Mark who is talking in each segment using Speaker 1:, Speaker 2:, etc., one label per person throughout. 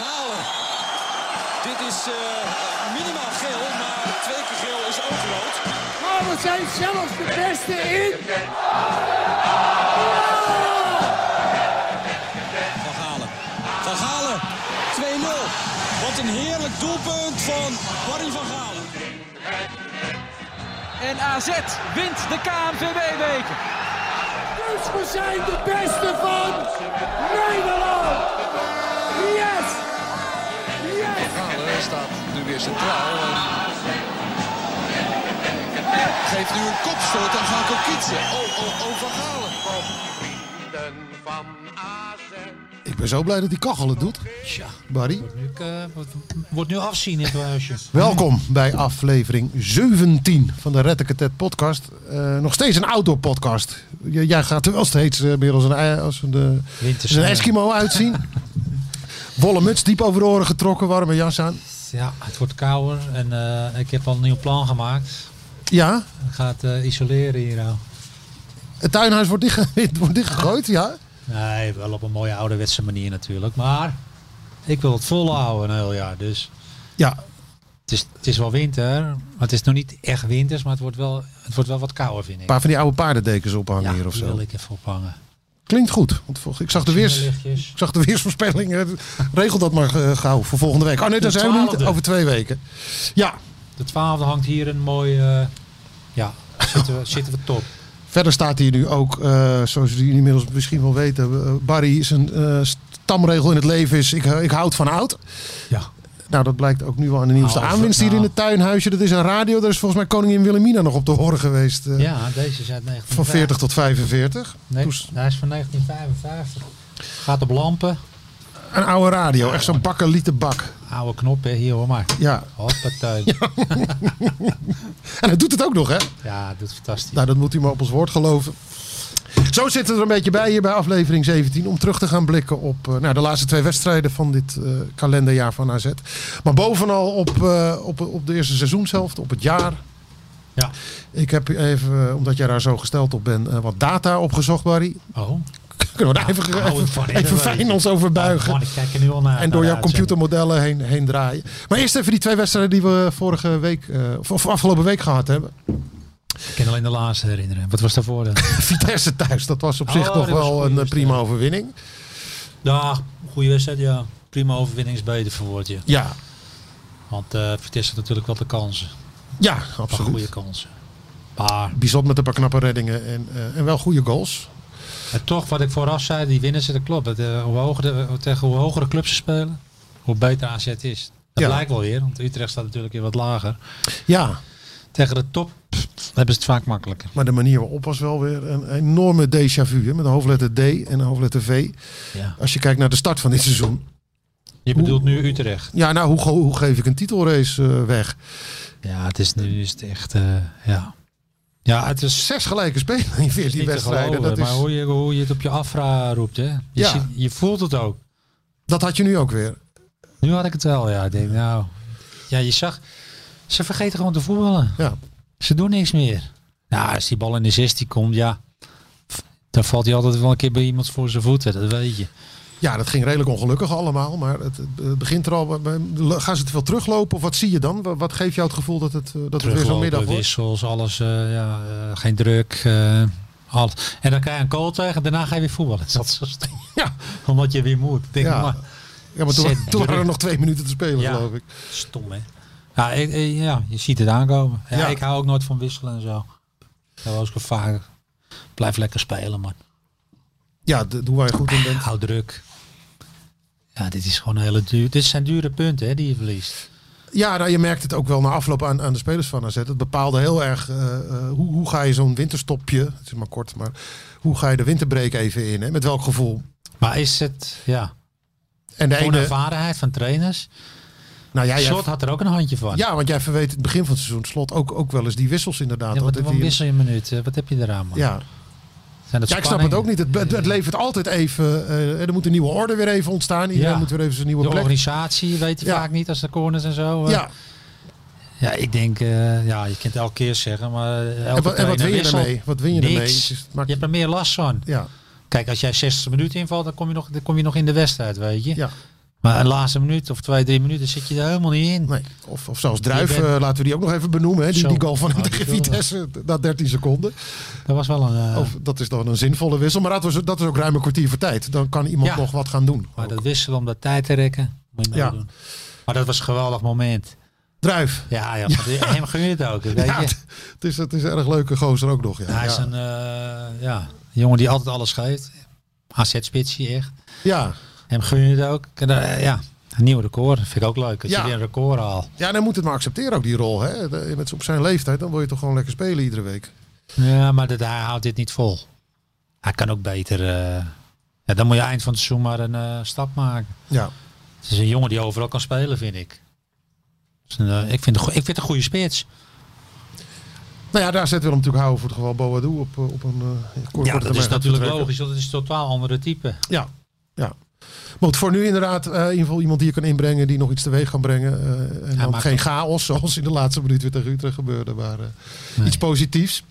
Speaker 1: Galen. Dit is eh, minimaal geel, maar twee keer geel is ook rood.
Speaker 2: Maar we zijn zelfs de beste in.
Speaker 1: Van Galen. Van Galen. 2-0. Wat een heerlijk doelpunt van Barry van Galen.
Speaker 3: En AZ wint de KNVB-beker.
Speaker 2: Dus we zijn de beste van Nederland. Yes! Yes!
Speaker 4: Galen staat nu weer centraal. En... Geeft nu een kopstoot aan Gaco Kietsen. Oh, oh, oh, Van Galen.
Speaker 5: Ik ben zo blij dat die kachel het doet.
Speaker 6: Tja,
Speaker 5: Barry,
Speaker 6: ik, eh, wat- wordt nu afzien in het huisje.
Speaker 5: welkom bij aflevering 17 van de Rettekatet podcast. Eh, nog steeds een outdoor podcast. J- jij gaat er wel steeds eh, meer als een, ei- als een, eh,
Speaker 6: Winters,
Speaker 5: als een
Speaker 6: eh.
Speaker 5: Eskimo uitzien. Wollen muts diep over de oren getrokken, warme jas aan.
Speaker 6: Ja, het wordt kouder en eh, ik heb al een nieuw plan gemaakt.
Speaker 5: Ja,
Speaker 6: Ik ga het eh, isoleren hier nou.
Speaker 5: het tuinhuis wordt, dichtge- wordt dichtgegooid, ja.
Speaker 6: Nee, wel op een mooie ouderwetse manier natuurlijk. Maar ik wil het volhouden een heel jaar. Dus
Speaker 5: Ja,
Speaker 6: het is, het is wel winter. Maar het is nog niet echt winters, maar het wordt wel, het wordt wel wat kouder vind ik.
Speaker 5: een paar van die oude paardendekens ophangen
Speaker 6: ja,
Speaker 5: hier of
Speaker 6: die
Speaker 5: zo.
Speaker 6: wil ik even ophangen.
Speaker 5: Klinkt goed. Want volgens- ik, zag de weers,
Speaker 6: Lichtjes.
Speaker 5: ik zag de weersvoorspelling. eh, Regel dat maar eh, gauw voor volgende week. Oh nee,
Speaker 6: De
Speaker 5: daar zijn we niet.
Speaker 6: 12e.
Speaker 5: Over twee weken. Ja,
Speaker 6: De twaalfde hangt hier een mooi... eh, ja, zitten we, zitten we top.
Speaker 5: Verder staat hier nu ook, eh, zoals jullie inmiddels misschien wel weten, eh, Barry zijn eh stamregel in het leven is: ik, ik houd van oud.
Speaker 6: Ja.
Speaker 5: Nou, dat blijkt ook nu wel aan de nieuwste
Speaker 6: Nou, als
Speaker 5: aanwinst
Speaker 6: dat
Speaker 5: hier in
Speaker 6: nou-
Speaker 5: het tuinhuisje. Dat is een radio. Daar is volgens mij koningin Wilhelmina nog op te horen geweest. eh,
Speaker 6: ja, deze is uit 1950.
Speaker 5: Van 40 tot 45.
Speaker 6: Nee,
Speaker 5: Toes-
Speaker 6: hij is van 1955. Gaat op lampen.
Speaker 5: Een oude radio, echt zo'n bakkelieten bak.
Speaker 6: Oude knop, hè. hier hoor maar.
Speaker 5: Ja,
Speaker 6: Hoppatee. Ja,
Speaker 5: en hij doet het ook nog, hè?
Speaker 6: ja dat is fantastisch.
Speaker 5: Nou, dat moet hij maar op ons woord geloven. Zo zitten we er een beetje bij hier bij aflevering 17. Om terug te gaan blikken op eh, nou, de laatste twee wedstrijden van dit eh, kalenderjaar van AZ. Maar bovenal op, eh, op, op de eerste seizoenshelft, op het jaar.
Speaker 6: Ja.
Speaker 5: Ik heb even, eh, omdat jij daar zo gesteld op bent, eh, wat data opgezocht, Barry.
Speaker 6: Oh.
Speaker 5: Kunnen we daar even,
Speaker 6: hou ik
Speaker 5: even,
Speaker 6: van, hè,
Speaker 5: even
Speaker 6: dat weet
Speaker 5: fijn
Speaker 6: ik.
Speaker 5: ons over
Speaker 6: Oh, man,
Speaker 5: buigen.
Speaker 6: ik kijk er nu al naar. Nou,
Speaker 5: En door
Speaker 6: naar
Speaker 5: jouw
Speaker 6: de uitzending.
Speaker 5: computermodellen heen, heen draaien. Maar eerst even die twee wedstrijden die we vorige week, eh, of- of afgelopen week gehad hebben.
Speaker 6: Ik kan alleen de laatste herinneren. Wat was daarvoor dan?
Speaker 5: Vitesse thuis, dat was op zich
Speaker 6: Oh,
Speaker 5: toch
Speaker 6: dat was
Speaker 5: wel
Speaker 6: goed,
Speaker 5: een eh,
Speaker 6: juist,
Speaker 5: prima
Speaker 6: ja.
Speaker 5: overwinning.
Speaker 6: ja, goede wedstrijd, ja. Prima overwinning is beter voor woordje.
Speaker 5: Ja,
Speaker 6: Want eh Vitesse had natuurlijk wel de kansen. Een
Speaker 5: ja
Speaker 6: paar goede
Speaker 5: absoluut.
Speaker 6: kansen. Maar
Speaker 5: Bizot met een paar knappe reddingen en, eh, en wel goede goals.
Speaker 6: en toch, wat ik vooraf zei, die winnen ze, dat klopt. Dat, eh, hoe hoger de- tegen hoe hogere clubs ze spelen, hoe beter AZ is. Dat
Speaker 5: Ja.
Speaker 6: blijkt wel weer, want Utrecht staat natuurlijk weer wat lager.
Speaker 5: Ja,
Speaker 6: Tegen de top hebben ze het vaak makkelijker.
Speaker 5: maar de manier waarop was wel weer een enorme déjà vu. Hè, met een hoofdletter D en een hoofdletter V.
Speaker 6: Ja.
Speaker 5: Als je kijkt naar de start van dit seizoen.
Speaker 6: Je bedoelt nu Utrecht.
Speaker 5: Ja, nou, hoe, ge- hoe geef ik een titelrace eh, weg?
Speaker 6: Ja, het is nu is het echt. eh, ja. ja, het is
Speaker 5: Zes gelijke spelen in
Speaker 6: niet
Speaker 5: 14
Speaker 6: te
Speaker 5: wedstrijden.
Speaker 6: geloven,
Speaker 5: Dat,
Speaker 6: maar
Speaker 5: is,
Speaker 6: hoe je, hoe je het op je afra roept, hè? Je,
Speaker 5: Ja.
Speaker 6: ziet- je voelt het ook.
Speaker 5: dat had je nu ook weer.
Speaker 6: Nu had ik het wel, ja. Ik denk, nou. Ja, je zag. Ze vergeten gewoon te voetballen.
Speaker 5: Ja.
Speaker 6: Ze doen niks meer. Nou, als die bal in de 16 komt, ja. Dan valt hij altijd wel een keer bij iemand voor zijn voeten, dat weet je.
Speaker 5: ja, dat ging redelijk ongelukkig allemaal. Maar het, het begint er al. Gaan ze te veel teruglopen? Of wat zie je dan? Wat, wat geeft jou het gevoel dat het, eh, dat het weer zo'n middag
Speaker 6: Teruglopen,
Speaker 5: wordt?
Speaker 6: wissels, alles. eh, ja, eh, geen druk. eh, alles. En dan krijg je een goal tegen en daarna ga je weer voetballen. Dat is zo stom.
Speaker 5: Ja.
Speaker 6: Omdat je weer moet. Ik Denk
Speaker 5: Ja.
Speaker 6: maar,
Speaker 5: Ja, maar toen,
Speaker 6: Zet
Speaker 5: toen waren er
Speaker 6: druk.
Speaker 5: nog twee minuten te spelen,
Speaker 6: Ja.
Speaker 5: geloof ik.
Speaker 6: stom hè. Ja, ik- ik- ja, je ziet het aankomen. Ja,
Speaker 5: Ja.
Speaker 6: Ik hou ook nooit van wisselen en zo. Dat was gevaarlijk. Blijf lekker spelen man.
Speaker 5: Ja, d- doe waar je goed in bent.
Speaker 6: Hou druk. Ja, dit is gewoon een hele duur. Dit zijn dure punten hè, die je verliest.
Speaker 5: Ja, nou, je merkt het ook wel na afloop aan, aan de spelers van AZ. Het bepaalde heel erg eh, eh, hoe, hoe ga je zo'n winterstopje, het is maar kort, maar hoe ga je de winterbreak even in? Hè? Met welk gevoel?
Speaker 6: Maar is het, ja,
Speaker 5: En de ene,
Speaker 6: onervarenheid van trainers?
Speaker 5: nou ja, jij,
Speaker 6: Slot had er ook een handje van.
Speaker 5: ja, want jij verweet het begin van het seizoen slot ook, ook wel eens die wissels inderdaad.
Speaker 6: Ja,
Speaker 5: dat
Speaker 6: wat,
Speaker 5: het
Speaker 6: wat
Speaker 5: hier-
Speaker 6: wissel je een minuut? Eh, Wat heb je eraan, man?
Speaker 5: ja.
Speaker 6: Zijn dat
Speaker 5: ja, ik snap het
Speaker 6: spanningen?
Speaker 5: ook niet. Het, het, het levert altijd even, eh, er moet een nieuwe orde weer even ontstaan. Iedereen
Speaker 6: Ja.
Speaker 5: moet weer even zijn nieuwe
Speaker 6: De
Speaker 5: plek.
Speaker 6: organisatie weet je
Speaker 5: Ja.
Speaker 6: vaak niet als de corners en zo. eh.
Speaker 5: Ja,
Speaker 6: ja ik denk, eh, ja, je kunt het elke keer zeggen, maar eh, elke
Speaker 5: en, wat- en wat
Speaker 6: trainer
Speaker 5: win je
Speaker 6: wisselt.
Speaker 5: ermee? Wat win je ermee?
Speaker 6: Niks.
Speaker 5: Het is- het
Speaker 6: Je
Speaker 5: maakt-
Speaker 6: hebt er meer last van.
Speaker 5: ja,
Speaker 6: Kijk, als jij 60 minuten invalt, dan kom je nog, dan kom je nog in de wedstrijd, weet je.
Speaker 5: ja.
Speaker 6: Maar een laatste minuut of twee, drie minuten zit je daar helemaal niet in.
Speaker 5: Nee. Of, of zelfs Druif,
Speaker 6: Je bent-
Speaker 5: eh, laten we die ook nog even benoemen. Hè? Die,
Speaker 6: Zo.
Speaker 5: die goal van hem
Speaker 6: Nou,
Speaker 5: tegen
Speaker 6: die wil-
Speaker 5: Vitesse na 13 seconden.
Speaker 6: Dat was wel een... eh,
Speaker 5: Of, dat is dan een zinvolle wissel. Maar dat, was, dat is ook ruim een kwartier voor tijd. Dan kan iemand
Speaker 6: Ja.
Speaker 5: nog wat gaan doen.
Speaker 6: maar dat wisselen om dat tijd te rekken. Moet je nou
Speaker 5: Ja.
Speaker 6: doen. Maar dat was een geweldig moment.
Speaker 5: Druif.
Speaker 6: Ja, ja, maar hem gun je het ook. Weet
Speaker 5: Ja,
Speaker 6: je?
Speaker 5: het, het is, het is een erg leuke gozer ook nog. Ja.
Speaker 6: Hij is
Speaker 5: ja.
Speaker 6: een eh, ja, jongen die altijd alles geeft. AZ-spitsie, echt.
Speaker 5: ja.
Speaker 6: Hem gun je het ook. En, eh, ja, een nieuw record. Vind ik ook leuk. Dat
Speaker 5: Ja.
Speaker 6: je weer een record haalt.
Speaker 5: ja, dan moet het maar accepteren ook die rol. Hè? De- Met, op zijn leeftijd, dan wil je toch gewoon lekker spelen iedere week.
Speaker 6: Ja, maar dat, hij houdt dit niet vol. Hij kan ook beter. eh, ja, dan moet je eind van het seizoen maar een eh, stap maken.
Speaker 5: Ja,
Speaker 6: Het is een jongen die overal kan spelen, vind ik. Het is een, eh, ik, vind het, ik vind het een goede spits.
Speaker 5: Nou ja, daar zetten we hem natuurlijk houden voor het geval Boadu op, eh, op een eh, korte
Speaker 6: Ja,
Speaker 5: termijn
Speaker 6: dat is
Speaker 5: gaat
Speaker 6: natuurlijk
Speaker 5: vertrekken.
Speaker 6: logisch. want Dat is een totaal andere type.
Speaker 5: Ja, ja. Maar goed, voor nu inderdaad eh, in ieder geval iemand die je kan inbrengen die nog iets teweeg kan brengen. eh, en dan
Speaker 6: maakt
Speaker 5: geen
Speaker 6: het-
Speaker 5: chaos zoals in de laatste minuut weer tegen Utrecht gebeurde, maar eh,
Speaker 6: Nee.
Speaker 5: iets positiefs.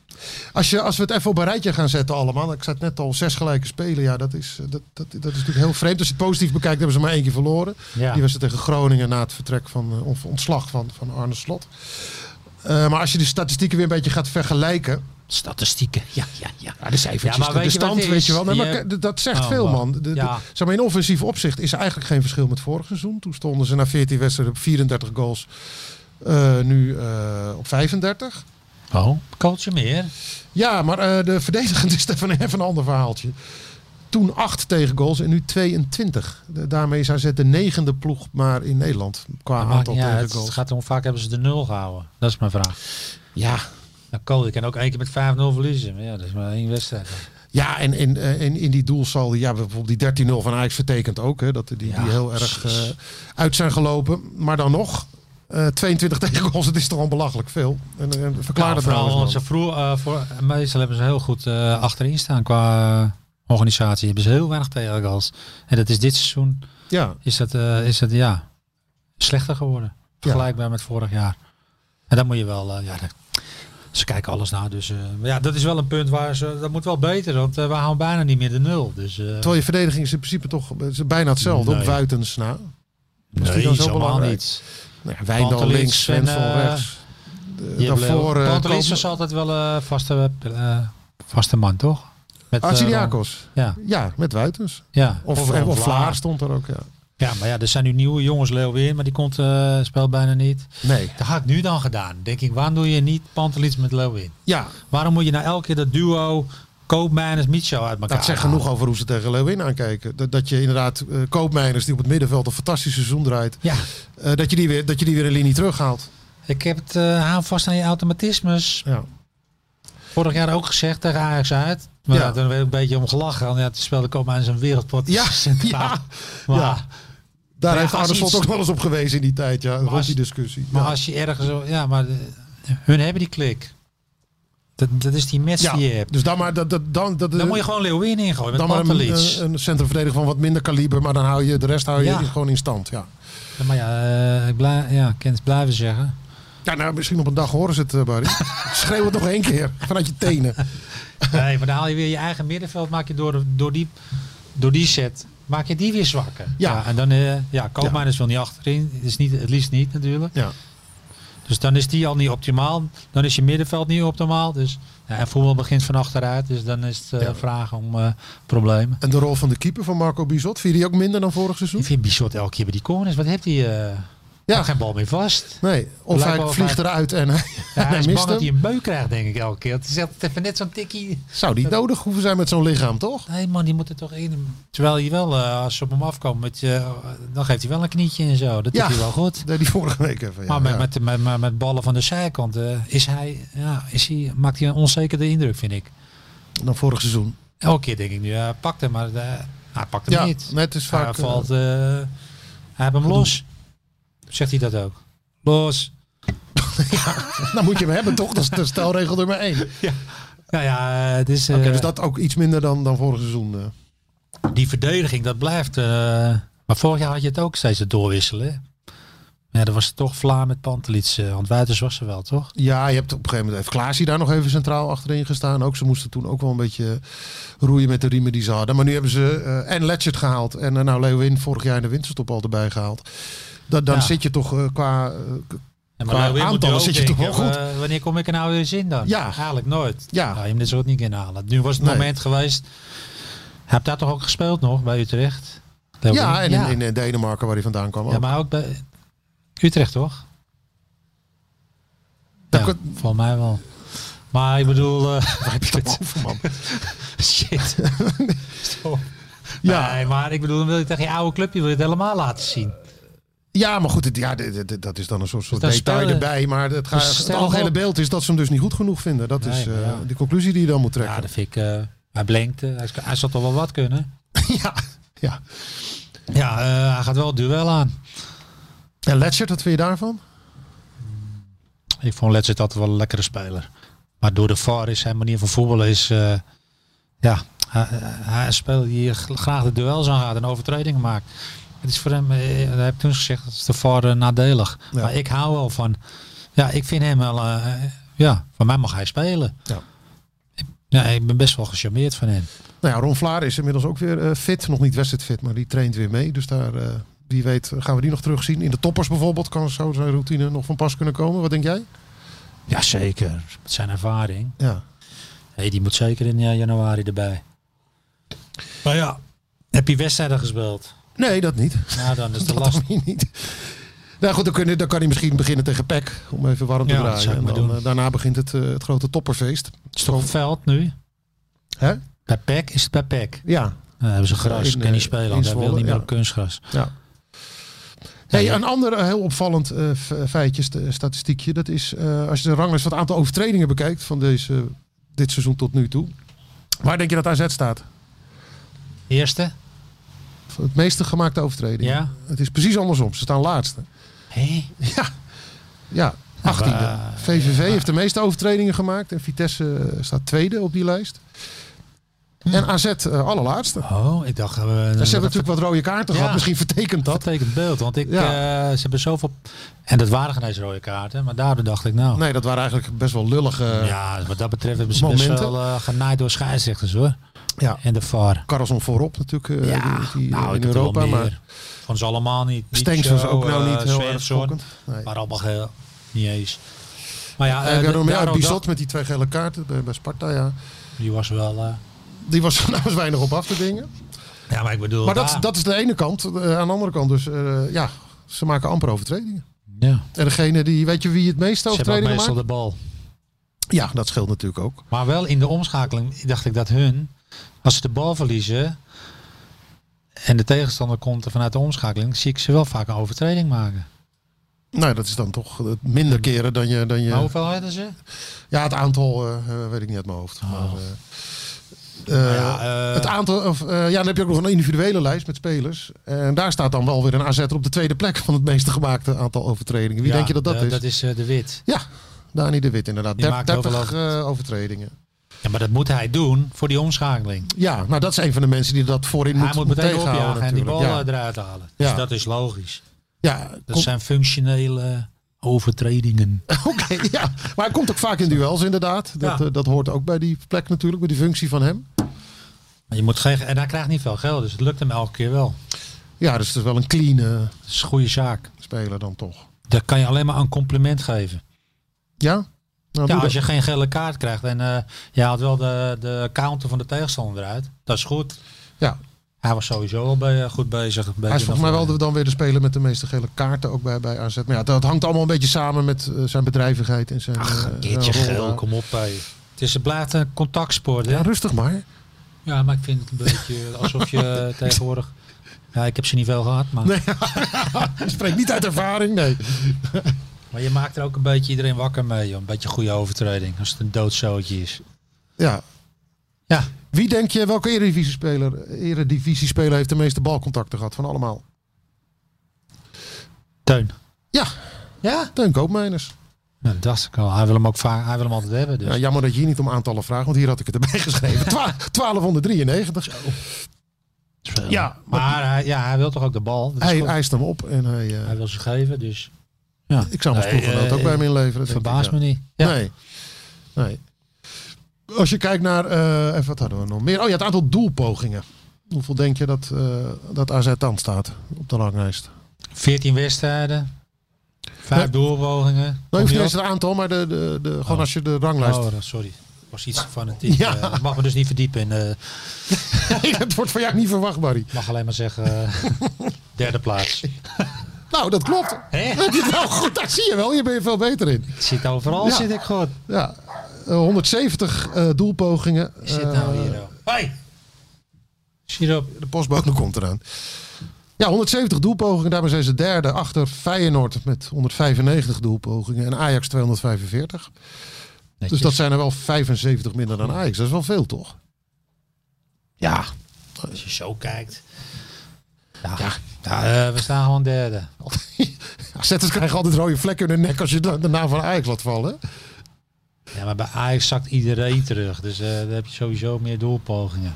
Speaker 5: Als, je, als we het even op een rijtje gaan zetten allemaal. Ik zei het net al, zes gelijke spelen. Ja, dat is, eh, dat, dat, dat is natuurlijk heel vreemd. Als je het positief bekijkt, hebben ze maar één keer verloren.
Speaker 6: Ja.
Speaker 5: Die was het tegen Groningen na het vertrek van, eh, of ontslag van, van Arne Slot. Eh, maar als je de statistieken weer een beetje gaat vergelijken.
Speaker 6: Statistieken. Ja, ja, ja.
Speaker 5: Ja, de cijfertjes,
Speaker 6: Ja, maar
Speaker 5: de,
Speaker 6: weet
Speaker 5: de
Speaker 6: je wat
Speaker 5: stand,
Speaker 6: het
Speaker 5: weet
Speaker 6: is?
Speaker 5: je wel. Nee, maar
Speaker 6: Je-
Speaker 5: k- d- dat zegt
Speaker 6: Oh,
Speaker 5: veel,
Speaker 6: wauw.
Speaker 5: man. De, de-
Speaker 6: Ja.
Speaker 5: zeg maar, in offensief opzicht is er eigenlijk geen verschil met vorig seizoen. Toen stonden ze na 14 wedstrijden op 34 goals. eh, nu eh, op 35.
Speaker 6: Oh, coach hem meer.
Speaker 5: Ja, maar eh, de verdedigend is even, even een ander verhaaltje. Toen 8 tegen goals en nu 22. De- daarmee is AZ de negende ploeg maar in Nederland qua
Speaker 6: Maar maakt
Speaker 5: aantal
Speaker 6: niet uit.
Speaker 5: tegen
Speaker 6: Het
Speaker 5: goals.
Speaker 6: gaat om hoe vaak hebben ze de nul gehouden. Dat is mijn vraag.
Speaker 5: Ja,
Speaker 6: Nou, coach, je kan ook één keer met 5-0 verliezen. Maar ja, dat is maar één wedstrijd.
Speaker 5: ja en, en, eh, en in die doelsaldo, ja, bijvoorbeeld die 13-0 van Ajax vertekent ook. Hè, dat die, die
Speaker 6: Ja,
Speaker 5: heel erg
Speaker 6: precies.
Speaker 5: eh, uit zijn gelopen. Maar dan nog, eh 22 tegengoals, het is toch al belachelijk veel. En, en verklaar
Speaker 6: Nou,
Speaker 5: dat nou
Speaker 6: vooral
Speaker 5: eens,
Speaker 6: want ze
Speaker 5: man.
Speaker 6: vroeg, eh, voor, meestal hebben ze heel goed eh, achterin staan qua eh, organisatie. Hebben ze heel weinig tegengoals. En dat is dit seizoen,
Speaker 5: Ja,
Speaker 6: is dat, eh, is dat ja, slechter geworden. Vergelijkbaar met vorig jaar. En dan moet je wel, eh, ja, dat- ze kijken alles naar. Dus eh, maar ja, dat is wel een punt waar ze, dat moet wel beter. Want eh, we houden bijna niet meer de nul. Dus, eh,
Speaker 5: terwijl je verdediging is in principe toch het is bijna hetzelfde.
Speaker 6: Nee.
Speaker 5: Op Wuitens na.
Speaker 6: nee,
Speaker 5: dan
Speaker 6: is
Speaker 5: zo
Speaker 6: helemaal
Speaker 5: belangrijk?
Speaker 6: niet.
Speaker 5: Nou, ja, Wijndal
Speaker 6: Pantelits
Speaker 5: links,
Speaker 6: en,
Speaker 5: Svensson
Speaker 6: eh,
Speaker 5: rechts. De- Daarvoor
Speaker 6: Daarvoor,
Speaker 5: eh,
Speaker 6: Pantelis
Speaker 5: Kamp-
Speaker 6: was altijd wel een vaste, eh, vaste man, toch? Met, eh,
Speaker 5: Arsidiakos.
Speaker 6: ja,
Speaker 5: Ah, Ja, met Wuitens.
Speaker 6: ja.
Speaker 5: Of, of,
Speaker 6: Vlaar.
Speaker 5: Vlaar stond er ook, ja.
Speaker 6: Ja, maar ja, er zijn nu nieuwe jongens, Leo weer, maar die komt, eh, speelt bijna niet.
Speaker 5: Nee.
Speaker 6: Dat had ik nu dan gedaan. Denk ik, waarom doe je niet Pantelits met Leo in?
Speaker 5: Ja,
Speaker 6: Waarom moet je nou elke keer dat duo Koopmijn en Micho uit elkaar
Speaker 5: Dat zegt
Speaker 6: halen?
Speaker 5: genoeg over hoe ze tegen Leeuwin aankijken. Dat, dat je inderdaad eh Koopmeiners, die op het middenveld een fantastisch seizoen draait,
Speaker 6: Ja,
Speaker 5: eh, dat, je die weer, dat je die weer een linie terughaalt.
Speaker 6: ik heb het eh aan vast aan je automatismes.
Speaker 5: Ja.
Speaker 6: Vorig jaar ook gezegd tegen Ajax uit. Maar
Speaker 5: Ja.
Speaker 6: ja. toen werd ik een beetje om gelachen. want Ja, toen speelde Koopmijn zijn wereldpot.
Speaker 5: Ja,
Speaker 6: centraal.
Speaker 5: ja,
Speaker 6: Maar,
Speaker 5: ja. Daar
Speaker 6: ja,
Speaker 5: heeft
Speaker 6: als
Speaker 5: Arne Slot
Speaker 6: iets-
Speaker 5: ook wel eens op gewezen in die tijd, ja, rond
Speaker 6: als-
Speaker 5: die discussie.
Speaker 6: maar
Speaker 5: ja.
Speaker 6: als je ergens... Ja, maar eh, hun hebben die klik. Dat, dat is die match
Speaker 5: Ja,
Speaker 6: die je hebt.
Speaker 5: dus dan maar, dat, dat, dan, dat,
Speaker 6: Dan moet je gewoon Leeuwin ingooien met
Speaker 5: dan maar een, eh,
Speaker 6: Pantelits.
Speaker 5: een, een centrumverdediger van wat minder kaliber, maar dan hou je de rest hou je
Speaker 6: Ja.
Speaker 5: gewoon in stand. Ja.
Speaker 6: Ja, maar ja, eh, ik blij, ja, kan het blijven zeggen.
Speaker 5: ja, nou misschien op een dag horen ze het, eh, Barry. Schreeuw het nog één keer vanuit je tenen.
Speaker 6: Nee, maar dan haal je weer je eigen middenveld, maak je door, de- door, die, door die set, maak je die weer zwakker.
Speaker 5: Ja.
Speaker 6: en dan, eh ja, Koopman is wel niet achterin, is niet, het liefst niet natuurlijk.
Speaker 5: Ja.
Speaker 6: Dus dan is die al niet optimaal, dan is je middenveld niet optimaal. Dus, ja, en voetbal begint van achteruit, dus dan is het eh,
Speaker 5: Ja.
Speaker 6: vragen om eh, problemen.
Speaker 5: En de rol van de keeper van Marco Bizot, vind je die ook minder dan vorig seizoen?
Speaker 6: Ik vind Bichot elke keer bij die corners, wat heeft hij? eh,
Speaker 5: Ja.
Speaker 6: houdt geen bal meer vast.
Speaker 5: Nee, of
Speaker 6: Lijkt
Speaker 5: hij
Speaker 6: wel of
Speaker 5: vliegt
Speaker 6: hij-
Speaker 5: eruit en hij,
Speaker 6: Ja, hij
Speaker 5: hij
Speaker 6: is
Speaker 5: mist
Speaker 6: bang
Speaker 5: hem.
Speaker 6: dat hij een beu krijgt, denk ik, elke keer. Het is echt even net zo'n tikkie.
Speaker 5: Zou die nodig hoeven zijn met zo'n lichaam, toch?
Speaker 6: Nee man, die moet er toch in. Terwijl hij wel, eh, als ze op hem afkomen, met, je, dan geeft hij wel een knietje en zo. Dat
Speaker 5: Ja.
Speaker 6: is hij wel goed.
Speaker 5: Nee, die vorige week even. Ja,
Speaker 6: maar met,
Speaker 5: ja.
Speaker 6: Met, met, met, met ballen van de zijkant eh, is hij, ja, is hij, maakt hij een onzekere indruk, vind ik.
Speaker 5: dan vorig seizoen.
Speaker 6: Elke keer denk ik nu, ja, pakt hem, maar eh, hij pakt hem
Speaker 5: Ja,
Speaker 6: niet.
Speaker 5: nee, het is
Speaker 6: Hij
Speaker 5: vaak. eh,
Speaker 6: valt, eh, hij heeft hem los. Zegt hij dat ook? Los.
Speaker 5: dan moet je hem hebben, toch? Dat is de stelregel nummer één. Oké,
Speaker 6: Nou ja, eh, het is, eh,
Speaker 5: dus dat ook iets minder dan, dan vorig seizoen. eh.
Speaker 6: die verdediging, dat blijft. eh, maar vorig jaar had je het ook steeds het doorwisselen. hè? Ja, dat was toch Vla met Pantelits. eh, want Wuiters was ze wel, toch?
Speaker 5: Ja, je hebt op een gegeven moment heeft Klaasie daar nog even centraal achterin gestaan. Ook ze moesten toen ook wel een beetje roeien met de riemen die ze hadden. Maar nu hebben ze eh, en Letchert gehaald en eh, nou Leeuwin vorig jaar in de winterstop al erbij gehaald. Da- dan
Speaker 6: Ja.
Speaker 5: zit je toch eh, qua... eh, k-
Speaker 6: Ja,
Speaker 5: Qua
Speaker 6: Leeuwen moet
Speaker 5: aantallen
Speaker 6: ook
Speaker 5: zit je toch
Speaker 6: denken,
Speaker 5: wel goed?
Speaker 6: eh, wanneer kom ik er nou weer in dan?
Speaker 5: Ja.
Speaker 6: Eigenlijk nooit.
Speaker 5: Ja.
Speaker 6: Nou, je hebt dit soort niet kunnen halen. Nu was het
Speaker 5: Nee.
Speaker 6: moment geweest. Hij heeft daar toch ook gespeeld nog bij Utrecht?
Speaker 5: ja, en
Speaker 6: ja.
Speaker 5: In, in Denemarken waar hij vandaan kwam.
Speaker 6: ja,
Speaker 5: ook.
Speaker 6: maar ook bij Utrecht toch?
Speaker 5: Daar
Speaker 6: ja,
Speaker 5: kon-
Speaker 6: volgens mij wel. Maar ik bedoel, eh,
Speaker 5: Waar heb je het over, man?
Speaker 6: shit. Zo.
Speaker 5: Ja.
Speaker 6: Nee, maar ik bedoel, dan wil je tegen je oude clubje wil je het helemaal laten zien.
Speaker 5: Ja, maar goed, het, ja, dit- dit- dat is dan een soort, soort
Speaker 6: Dus dan
Speaker 5: detail
Speaker 6: spelen-
Speaker 5: erbij. Maar het, gaat-
Speaker 6: Dus
Speaker 5: het
Speaker 6: stel
Speaker 5: algehele
Speaker 6: op.
Speaker 5: beeld is dat ze hem dus niet goed genoeg vinden. Dat
Speaker 6: Nee,
Speaker 5: is eh,
Speaker 6: maar ja.
Speaker 5: de conclusie die je dan moet
Speaker 6: Ja,
Speaker 5: trekken.
Speaker 6: dat vind ik. eh, hij blinkte. Hij, hij zal toch wel wat kunnen.
Speaker 5: ja. ja.
Speaker 6: Ja, eh, hij gaat wel het duel aan.
Speaker 5: En Letchert, wat vind je daarvan?
Speaker 6: Ik vond Let's altijd wel een lekkere speler. Maar door de VAR is zijn manier van voetballen is... eh, ja, hij, hij is een speler die graag de duels aangaat en overtredingen maakt. Het is voor hem, eh, dat heb ik toen gezegd, dat is de VAR eh, nadelig.
Speaker 5: Ja.
Speaker 6: Maar ik hou wel van... Ja, ik vind hem wel... eh, ja, van mij mag hij spelen.
Speaker 5: Ja.
Speaker 6: Ik- Ja, ik ben best wel gecharmeerd van hem.
Speaker 5: Nou ja, Ron Vlaar is inmiddels ook weer eh, fit. Nog niet wedstrijdfit, maar die traint weer mee. Dus daar, eh, wie weet, eh, gaan we die nog terugzien. In de toppers bijvoorbeeld kan zo zijn routine nog van pas kunnen komen. Wat denk jij?
Speaker 6: Ja, zeker. Met zijn ervaring.
Speaker 5: Ja.
Speaker 6: Hey, die moet zeker in eh, januari erbij. Maar ja, heb je wedstrijden gespeeld?
Speaker 5: Nee, dat niet.
Speaker 6: Nou, dan is de
Speaker 5: Dat
Speaker 6: last
Speaker 5: dan weer niet. Nou goed, dan, kunnen, dan kan hij misschien beginnen tegen PEC. Om even warm te
Speaker 6: Ja, dat
Speaker 5: draaien.
Speaker 6: zou ik
Speaker 5: En
Speaker 6: maar
Speaker 5: dan,
Speaker 6: doen.
Speaker 5: eh, daarna begint het, eh, het grote topperfeest.
Speaker 6: Het is toch een veld nu?
Speaker 5: Hè?
Speaker 6: Bij PEC is het bij E PEC.
Speaker 5: Ja,
Speaker 6: Daar hebben ze gras,
Speaker 5: in,
Speaker 6: kan niet
Speaker 5: eh,
Speaker 6: spelen.
Speaker 5: in
Speaker 6: Daar wil
Speaker 5: Zwolle,
Speaker 6: niet meer
Speaker 5: ja.
Speaker 6: op kunstgras.
Speaker 5: Ja. Hey,
Speaker 6: ja.
Speaker 5: een ander eh, heel opvallend eh, f- feitje, st- statistiekje, dat is eh, als je de ranglijst van het aantal overtredingen bekijkt van deze, dit seizoen tot nu toe. Waar denk je dat AZ staat?
Speaker 6: eh, Eerste?
Speaker 5: Voor Het meeste gemaakte overtredingen.
Speaker 6: Ja.
Speaker 5: Het is precies andersom. Ze staan laatste.
Speaker 6: Hé?
Speaker 5: Ja, ja 18e.
Speaker 6: maar-
Speaker 5: VVV heeft de meeste overtredingen gemaakt en Vitesse eh, staat tweede op die lijst. En AZ eh, allerlaatste.
Speaker 6: Oh, ik dacht... eh,
Speaker 5: En
Speaker 6: Hm. dat
Speaker 5: ze hebben natuurlijk wat rode kaarten
Speaker 6: Ja.
Speaker 5: gehad. Misschien vertekent
Speaker 6: dat
Speaker 5: dat.
Speaker 6: betekent beeld, want ik,
Speaker 5: Ja.
Speaker 6: eh, ze hebben zoveel... En dat waren geen eens rode kaarten, maar daardoor dacht ik nou...
Speaker 5: Nee, dat waren eigenlijk best wel lullige.
Speaker 6: Ja, wat dat betreft hebben ze best
Speaker 5: Momenten.
Speaker 6: wel eh, genaaid door scheidsrechters hoor.
Speaker 5: Ja.
Speaker 6: En de VAR.
Speaker 5: Karlsson voorop natuurlijk eh, die, die,
Speaker 6: nou, ik
Speaker 5: in
Speaker 6: heb er wel
Speaker 5: Europa.
Speaker 6: meer.
Speaker 5: Maar
Speaker 6: Van ze allemaal niet. niet
Speaker 5: Stenks was
Speaker 6: zo,
Speaker 5: ook nou
Speaker 6: eh,
Speaker 5: niet heel erg
Speaker 6: Svensson,
Speaker 5: schokkend. Nee.
Speaker 6: Maar allemaal heel, niet eens. Maar ja,
Speaker 5: En
Speaker 6: eh,
Speaker 5: daarom ja,
Speaker 6: daarom
Speaker 5: Bizot
Speaker 6: dacht-
Speaker 5: met die twee gele kaarten bij, bij Sparta. Ja.
Speaker 6: die was wel... eh,
Speaker 5: Die was er namens weinig op af te dingen.
Speaker 6: ja, maar ik bedoel...
Speaker 5: Maar dat,
Speaker 6: daar-
Speaker 5: dat is de ene kant. Eh, aan de andere kant dus, eh, ja, ze maken amper overtredingen.
Speaker 6: Ja.
Speaker 5: En degene die, weet je wie het meeste
Speaker 6: Ze hebben ook
Speaker 5: overtredingen
Speaker 6: meestal
Speaker 5: maakt?
Speaker 6: de bal.
Speaker 5: Ja, dat scheelt natuurlijk ook.
Speaker 6: Maar wel in de omschakeling dacht ik dat hun, als ze de bal verliezen en de tegenstander komt er vanuit de omschakeling, zie ik ze wel vaak een overtreding maken.
Speaker 5: Nou, dat is dan toch eh, minder keren dan je... Dan je
Speaker 6: Maar hoeveel hadden ze?
Speaker 5: Ja, het aantal eh, eh, weet ik niet uit mijn hoofd. Maar, eh, eh,
Speaker 6: Oh. ja, eh,
Speaker 5: het aantal, of, eh, ja, dan heb je ook nog een individuele lijst met spelers. En daar staat dan wel weer een AZ op de tweede plek van het meeste gemaakte aantal overtredingen. Wie
Speaker 6: Ja,
Speaker 5: denk je dat dat
Speaker 6: de-
Speaker 5: is?
Speaker 6: Dat is eh, de wit.
Speaker 5: Ja, Dani de Wit inderdaad.
Speaker 6: Die
Speaker 5: Der-
Speaker 6: maakt
Speaker 5: 30
Speaker 6: overal-
Speaker 5: eh, overtredingen.
Speaker 6: Ja, maar dat moet hij doen voor die omschakeling.
Speaker 5: Ja, nou dat is een van de mensen die dat voorin
Speaker 6: Hij
Speaker 5: moet,
Speaker 6: moet
Speaker 5: moet
Speaker 6: meteen
Speaker 5: tegenhouden.
Speaker 6: opjagen en die bal
Speaker 5: natuurlijk.
Speaker 6: eh, eruit halen.
Speaker 5: Ja.
Speaker 6: Dus dat is logisch.
Speaker 5: ja, ja,
Speaker 6: Dat
Speaker 5: kom-
Speaker 6: zijn functionele overtredingen.
Speaker 5: oké, ja, maar hij komt ook vaak in duels inderdaad. Dat,
Speaker 6: Ja.
Speaker 5: eh, dat hoort ook bij die plek natuurlijk, bij die functie van hem.
Speaker 6: Maar je moet geen, en hij krijgt niet veel geld, dus het lukt hem elke keer wel.
Speaker 5: Ja, dus het is wel een clean eh,
Speaker 6: Dat is een goede zaak.
Speaker 5: speler dan toch.
Speaker 6: Daar kan je alleen maar een compliment geven.
Speaker 5: Ja? Nou, doe
Speaker 6: Ja,
Speaker 5: dat.
Speaker 6: als je geen gele kaart krijgt en eh je haalt wel de, de counter van de tegenstander eruit, dat is goed.
Speaker 5: ja,
Speaker 6: Hij was sowieso al bij, eh, goed bezig. Een
Speaker 5: Hij
Speaker 6: beetje
Speaker 5: is volgens mij wel
Speaker 6: nog-
Speaker 5: de- dan weer de speler met de meeste gele kaarten ook bij, bij AZ. Maar ja, dat hangt allemaal een beetje samen met eh, zijn bedrijvigheid en zijn...
Speaker 6: Ach,
Speaker 5: eh,
Speaker 6: een keertje
Speaker 5: zijn rol
Speaker 6: geel,
Speaker 5: daar.
Speaker 6: kom op. hé. Het, is, het blijft een contactsport. Hè?
Speaker 5: Ja, rustig maar.
Speaker 6: Ja, maar ik vind het een beetje alsof je tegenwoordig... Ja, ik heb ze niet veel gehad, maar,
Speaker 5: Nee, spreek niet uit ervaring, nee.
Speaker 6: maar je maakt er ook een beetje iedereen wakker mee. joh. Een beetje goede overtreding, als het een doodzootje is.
Speaker 5: Ja.
Speaker 6: Ja,
Speaker 5: Wie denk je, welke eredivisie-speler, eredivisie-speler heeft de meeste balcontacten gehad van allemaal?
Speaker 6: Teun.
Speaker 5: Ja,
Speaker 6: Ja?
Speaker 5: Teun Koopmeiners.
Speaker 6: Nou, dat dacht ik al. Hij wil hem ook vaak, hij wil hem altijd hebben. Dus.
Speaker 5: Ja, jammer dat je hier niet om aantallen vraagt, want hier had ik het erbij geschreven. Twa- 1293. Ja,
Speaker 6: maar hij, ja, hij wil toch ook de bal. Dat is
Speaker 5: Hij
Speaker 6: goed.
Speaker 5: eist hem op en hij... eh,
Speaker 6: Hij wil ze geven, dus Ja.
Speaker 5: Ik zou mijn
Speaker 6: Nee,
Speaker 5: ploeggenoot
Speaker 6: eh,
Speaker 5: ook bij hem inleveren. denk ik,
Speaker 6: Verbaas
Speaker 5: ja.
Speaker 6: me niet. Ja.
Speaker 5: Nee. nee. Als je kijkt naar, eh, even wat hadden we nog meer? Oh ja, het aantal doelpogingen. Hoeveel denk je dat, eh dat AZ dan staat op de ranglijst? Nou,
Speaker 6: 14 wedstrijden. Vijf
Speaker 5: Nee.
Speaker 6: doelpogingen.
Speaker 5: Nee,
Speaker 6: Kom
Speaker 5: hoeft niet
Speaker 6: je op?
Speaker 5: eens het aantal, maar de, de, de, gewoon
Speaker 6: Oh.
Speaker 5: als je de ranglijst...
Speaker 6: Oh, sorry. Ik was iets fanatiek.
Speaker 5: Ja.
Speaker 6: Ja. mag me dus niet verdiepen in. eh,
Speaker 5: het wordt van jou niet verwacht, Barry.
Speaker 6: mag alleen maar zeggen. eh, derde plaats.
Speaker 5: Nou, dat klopt.
Speaker 6: Hè?
Speaker 5: Heb je het wel goed? Daar zie je wel. Je bent er veel beter in.
Speaker 6: Ik zit overal,
Speaker 5: Ja.
Speaker 6: zit ik goed.
Speaker 5: Ja, eh, 170 eh, doelpogingen.
Speaker 6: Ik zit
Speaker 5: Eh,
Speaker 6: nou hier. oh. Hey! Sirop.
Speaker 5: De postbode komt eraan. Ja, 170 doelpogingen. Daarmee zijn ze derde achter Feyenoord met 195 doelpogingen. En Ajax 245. Dus
Speaker 6: Netjes.
Speaker 5: dat zijn er wel 75 minder dan Ajax. Dat is wel veel, toch?
Speaker 6: Ja. Als je zo kijkt. Ja. Ja, eh, we staan gewoon derde.
Speaker 5: Zetters krijgen altijd rode vlekken in hun nek als je da- de naam van Ajax laat vallen.
Speaker 6: Ja, maar bij Ajax zakt iedereen terug. Dus eh dan heb je sowieso meer doelpogingen.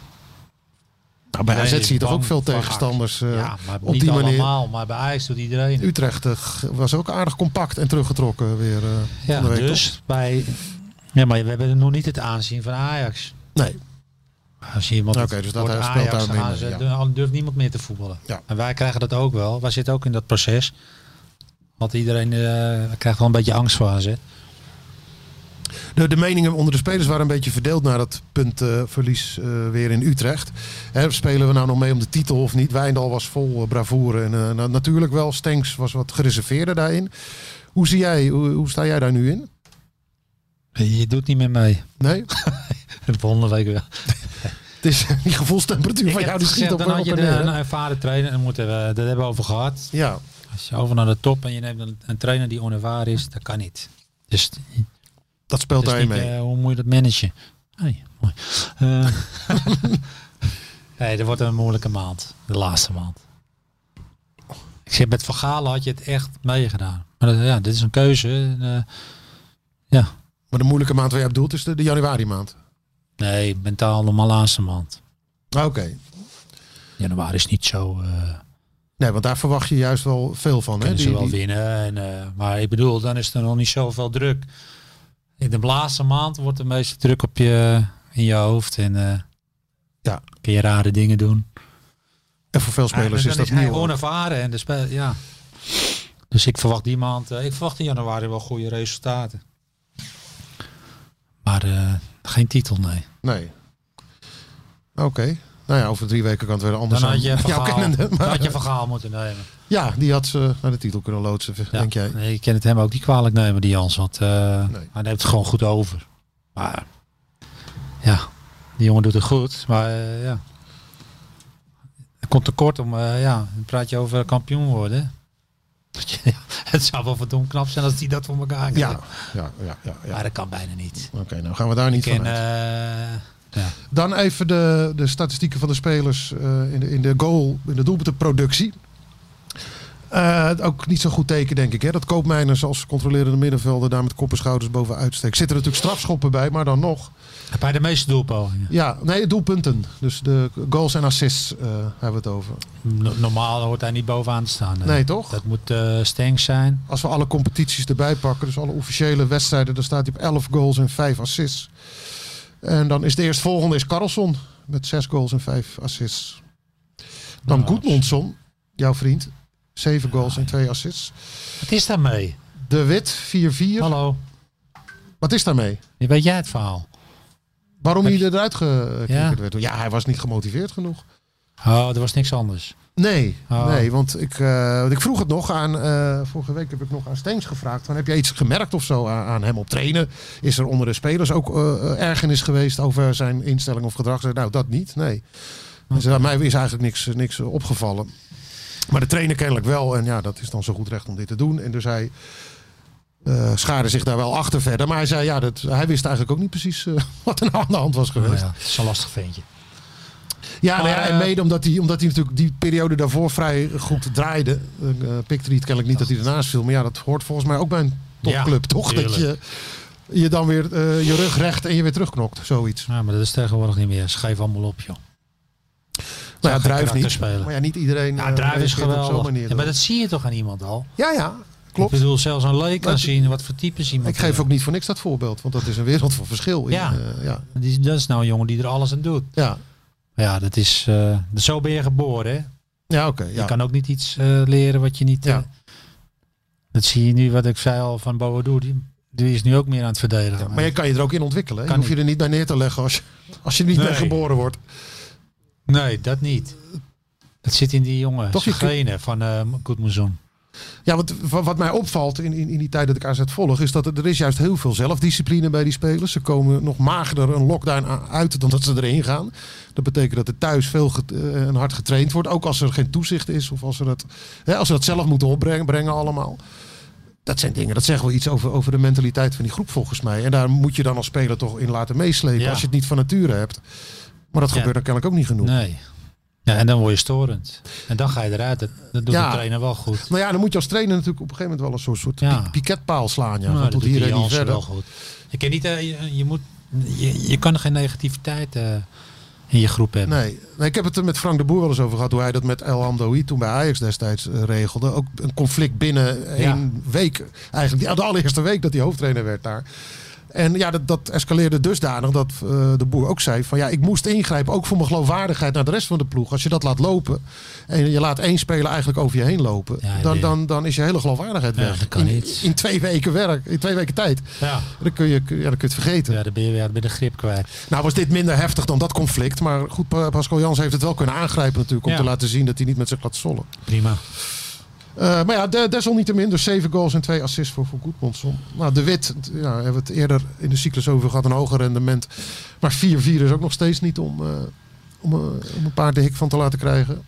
Speaker 5: Nou, bij AZ
Speaker 6: Iedereen
Speaker 5: zie je toch
Speaker 6: bang
Speaker 5: ook veel
Speaker 6: van
Speaker 5: tegenstanders
Speaker 6: Ajax.
Speaker 5: eh,
Speaker 6: ja, maar
Speaker 5: op
Speaker 6: niet
Speaker 5: die manier.
Speaker 6: allemaal. Maar bij Ajax doet iedereen. het.
Speaker 5: Utrecht eh, was ook aardig compact en teruggetrokken weer. eh,
Speaker 6: Ja,
Speaker 5: van de week,
Speaker 6: dus bij... Ja, maar we hebben nog niet het aanzien van Ajax.
Speaker 5: toch? Nee,
Speaker 6: Als je iemand
Speaker 5: Oké, dus dat
Speaker 6: wordt
Speaker 5: speelt daar
Speaker 6: Ajax,
Speaker 5: mee,
Speaker 6: dan ze-
Speaker 5: ja.
Speaker 6: dan durft niemand meer te voetballen.
Speaker 5: Ja.
Speaker 6: En wij krijgen dat ook wel. Wij zitten ook in dat proces. Want iedereen eh, krijgt wel een beetje angst voor AZ.
Speaker 5: De, de meningen onder de spelers waren een beetje verdeeld na dat puntverlies eh, weer in Utrecht. Hè, spelen we nou nog mee om de titel of niet? Wijndal was vol eh, bravoure en eh, na- natuurlijk wel. Stenks was wat gereserveerder daarin. Hoe, zie jij, hoe, hoe sta jij daar nu in?
Speaker 6: Je doet niet meer mee.
Speaker 5: Nee?
Speaker 6: Volgende week wel.
Speaker 5: Het is die gevoelstemperatuur van
Speaker 6: Ik
Speaker 5: jou
Speaker 6: heb
Speaker 5: die
Speaker 6: het
Speaker 5: schiet
Speaker 6: gezegd,
Speaker 5: op
Speaker 6: dan
Speaker 5: en
Speaker 6: had
Speaker 5: op
Speaker 6: je
Speaker 5: en
Speaker 6: de,
Speaker 5: neer, hè?
Speaker 6: een ervaren trainer. En moeten we, dat hebben we over gehad.
Speaker 5: Ja,
Speaker 6: Als je over naar de top en je neemt een, een trainer die onervaren is, dat kan niet. Dus,
Speaker 5: dat speelt
Speaker 6: dus
Speaker 5: daarin
Speaker 6: niet,
Speaker 5: mee.
Speaker 6: eh, hoe moet je dat managen? Hey, mooi. Eh, nee, dat wordt een moeilijke maand. De laatste maand. Ik zeg, met Vergalen had je het echt meegedaan. Maar dat- ja, dit is een keuze. En, eh, ja,
Speaker 5: Maar de moeilijke maand waar jij op doelt is de, de januari maand.
Speaker 6: nee, mentaal normaal laatste maand.
Speaker 5: Ah, Oké.
Speaker 6: Januari is niet zo... eh,
Speaker 5: Nee, want daar verwacht je juist wel veel van. Hè?
Speaker 6: kunnen
Speaker 5: Die-
Speaker 6: ze wel
Speaker 5: die-
Speaker 6: winnen. En, eh, maar ik bedoel, dan is er nog niet zoveel druk. In de laatste maand wordt de meeste druk op je, in je hoofd. En eh,
Speaker 5: Ja.
Speaker 6: kun je rare dingen doen.
Speaker 5: En voor veel spelers
Speaker 6: Ja,
Speaker 5: is
Speaker 6: dan
Speaker 5: dat
Speaker 6: hij
Speaker 5: nieuw.
Speaker 6: gewoon ervaren. En de spel, ja. Dus ik verwacht die maand, eh, ik verwacht in januari wel goede resultaten. Maar eh, geen titel, nee.
Speaker 5: Nee. Oké. Nou ja, over drie weken kan het weer anders
Speaker 6: Dan had je
Speaker 5: zijn.
Speaker 6: verhaal,
Speaker 5: Jou kennende,
Speaker 6: dan
Speaker 5: maar-
Speaker 6: had je verhaal moeten nemen.
Speaker 5: Ja, die had ze eh, naar de titel kunnen loodsen,
Speaker 6: Ja.
Speaker 5: denk jij.
Speaker 6: Nee, ik ken het hem ook niet kwalijk nemen, die Jans. Want eh,
Speaker 5: Nee.
Speaker 6: hij neemt het gewoon goed over. Maar ja, die jongen doet het goed. Maar eh, ja, het komt tekort om, eh, ja, dan praat je over kampioen worden. Ja, het zou wel verdomd knap zijn als die dat voor elkaar krijgt.
Speaker 5: Ja, ja, ja. ja, ja.
Speaker 6: Maar dat kan bijna niet.
Speaker 5: Oké, nou gaan we daar niet
Speaker 6: En,
Speaker 5: van uit.
Speaker 6: eh, ja.
Speaker 5: Dan even de, de statistieken van de spelers eh, in, de, in de goal, in de doelpuntenproductie. Eh, ook niet zo'n goed teken, denk ik. Hè? Dat Koopmijners als controlerende middenvelder daar met kop en schouders bovenuit steekt. Zitten er natuurlijk strafschoppen bij, maar dan nog.
Speaker 6: Bij de meeste doelpogingen.
Speaker 5: Ja, nee, doelpunten. Dus de goals en assists eh, hebben we het over.
Speaker 6: No- normaal hoort hij niet bovenaan te staan.
Speaker 5: Nee, toch?
Speaker 6: Dat moet eh Stenks zijn.
Speaker 5: Als we alle competities erbij pakken, dus alle officiële wedstrijden, dan staat hij op 11 goals en 5 assists. En dan is de eerstvolgende is Carlson met 6 goals en 5 assists. Dan
Speaker 6: Nou,
Speaker 5: Goedmondsson, jouw vriend, 7 goals en 2 assists.
Speaker 6: Wat is daarmee?
Speaker 5: De Wit, 4-4.
Speaker 6: Hallo,
Speaker 5: Wat is daarmee?
Speaker 6: weet jij het verhaal?
Speaker 5: Waarom
Speaker 6: Heb
Speaker 5: hij eruit geknikkerd
Speaker 6: Ja.
Speaker 5: werd? Ja, hij was niet gemotiveerd genoeg.
Speaker 6: Oh, er was niks anders.
Speaker 5: Nee,
Speaker 6: Oh.
Speaker 5: nee want ik, eh, want ik vroeg het nog aan. eh, vorige week heb ik nog aan Steens gevraagd: van, heb jij iets gemerkt of zo aan, aan hem op trainen? Is er onder de spelers ook eh ergernis geweest over zijn instelling of gedrag? Zei, nou, dat niet. Nee. Dus aan mij is eigenlijk niks, eh, niks eh, opgevallen. Maar de trainer kennelijk wel. En ja, dat is dan zo goed recht om dit te doen. En dus hij eh schaarde zich daar wel achter verder. Maar hij zei, ja, dat, hij wist eigenlijk ook niet precies eh, wat er nou aan de hand was geweest.
Speaker 6: Oh ja, het is een lastig ventje.
Speaker 5: Ja, nou ja,
Speaker 6: Maar,
Speaker 5: en
Speaker 6: eh,
Speaker 5: mede omdat hij, omdat hij natuurlijk die periode daarvoor vrij goed draaide. eh eh, pikte hij het kennelijk niet dat hij ernaast viel. Maar ja, dat hoort volgens mij ook bij een topclub,
Speaker 6: Ja,
Speaker 5: toch? Dat je,
Speaker 6: tuurlijk.
Speaker 5: je dan weer eh, je rug recht en je weer terugknokt. Zoiets.
Speaker 6: Ja, maar dat is tegenwoordig niet meer. Schrijf allemaal op, joh.
Speaker 5: Nou ja,
Speaker 6: geen
Speaker 5: druif
Speaker 6: karakter
Speaker 5: niet.
Speaker 6: spelen.
Speaker 5: Maar ja, niet iedereen
Speaker 6: Ja,
Speaker 5: eh,
Speaker 6: Druif Nou, is
Speaker 5: reageert op zo'n
Speaker 6: geweldig.
Speaker 5: manier
Speaker 6: Ja, maar
Speaker 5: dan.
Speaker 6: dat zie je toch aan iemand al?
Speaker 5: ja, ja, Klopt.
Speaker 6: Ik bedoel, zelfs een leek kan
Speaker 5: Maar-
Speaker 6: zien wat voor types iemand
Speaker 5: Ik geef
Speaker 6: is.
Speaker 5: ook niet voor niks dat voorbeeld, want dat is een wereld van verschil. in,
Speaker 6: Ja.
Speaker 5: eh, ja.
Speaker 6: Die, dat is nou een jongen die er alles aan doet.
Speaker 5: Ja,
Speaker 6: Ja, dat is. eh, zo ben je geboren. Hè?
Speaker 5: ja oké.
Speaker 6: Je
Speaker 5: ja.
Speaker 6: kan ook niet iets eh, leren wat je niet. eh,
Speaker 5: Ja.
Speaker 6: dat zie je nu wat ik zei al van Boadou. Die, die is nu ook meer aan het verdedigen.
Speaker 5: Maar je kan je er ook in ontwikkelen. hè. Je
Speaker 6: Kan
Speaker 5: hoef je er niet bij neer te leggen als je, als je er niet
Speaker 6: Nee.
Speaker 5: mee geboren wordt.
Speaker 6: Nee, dat niet. Dat zit in die jongen.
Speaker 5: Toch, je
Speaker 6: zijn genen van eh Goedmoezoen.
Speaker 5: Ja, want wa- wat mij opvalt in, in, in die tijd dat ik AZ volg... is dat er, er is juist heel veel zelfdiscipline bij die spelers. Ze komen nog magerder een lockdown a- uit dan dat ze erin gaan. Dat betekent dat er thuis veel get- eh, en hard getraind wordt. Ook als er geen toezicht is of als ze dat, hè, als ze dat zelf moeten opbrengen brengen allemaal. Dat zijn dingen, dat zeggen wel iets over, over de mentaliteit van die groep volgens mij. En daar moet je dan als speler toch in laten meeslepen
Speaker 6: Ja.
Speaker 5: als je het niet van nature hebt. Maar dat
Speaker 6: Ja.
Speaker 5: gebeurt dan kennelijk ook niet genoeg.
Speaker 6: Nee. Ja, en dan word je storend. En dan ga je eruit. Dat, dat doet
Speaker 5: Ja.
Speaker 6: de trainer wel goed.
Speaker 5: Nou ja, dan moet je als trainer natuurlijk op een gegeven moment wel een soort, soort
Speaker 6: Ja.
Speaker 5: pi- piketpaal slaan. Ja.
Speaker 6: Maar
Speaker 5: Van
Speaker 6: dat
Speaker 5: tot
Speaker 6: doet
Speaker 5: hier
Speaker 6: die
Speaker 5: en niet
Speaker 6: Jansen
Speaker 5: verder.
Speaker 6: wel goed. Je, kan niet, eh, je, je moet, je, je kan geen negativiteit eh, in je groep hebben.
Speaker 5: Nee. nee, ik heb het er met Frank de Boer wel eens over gehad. Hoe hij dat met El Hamdoui toen bij Ajax destijds eh, regelde. Ook een conflict binnen één week. Eigenlijk ja, de allereerste week dat hij hoofdtrainer werd daar. En ja, dat, dat escaleerde dusdanig dat eh, de boer ook zei van ja, ik moest ingrijpen. Ook voor mijn geloofwaardigheid naar de rest van de ploeg. Als je dat laat lopen en je laat één speler eigenlijk over je heen lopen.
Speaker 6: Ja,
Speaker 5: dan,
Speaker 6: die-
Speaker 5: dan, dan is je hele geloofwaardigheid
Speaker 6: Ja,
Speaker 5: weg.
Speaker 6: dat kan
Speaker 5: in,
Speaker 6: niet.
Speaker 5: in twee weken werk, in twee weken tijd.
Speaker 6: Ja.
Speaker 5: Dan kun je, kun- ja, dan kun je het vergeten.
Speaker 6: Ja, dan ben je weer bij de grip kwijt.
Speaker 5: Nou was dit minder heftig dan dat conflict. Maar goed, Pa- Pascal Jans heeft het wel kunnen aangrijpen natuurlijk. Om
Speaker 6: Ja.
Speaker 5: te laten zien dat hij niet met zich laat zollen.
Speaker 6: Prima.
Speaker 5: Eh, maar ja, de- desalniettemin. Dus zeven goals en twee assists voor, voor Goedmondson. Nou, De Wit, t- ja, hebben we het eerder in de cyclus over gehad. Een hoger rendement. Maar 4-4 is ook nog steeds niet om, eh, om, eh, om een paar de hik van te laten krijgen.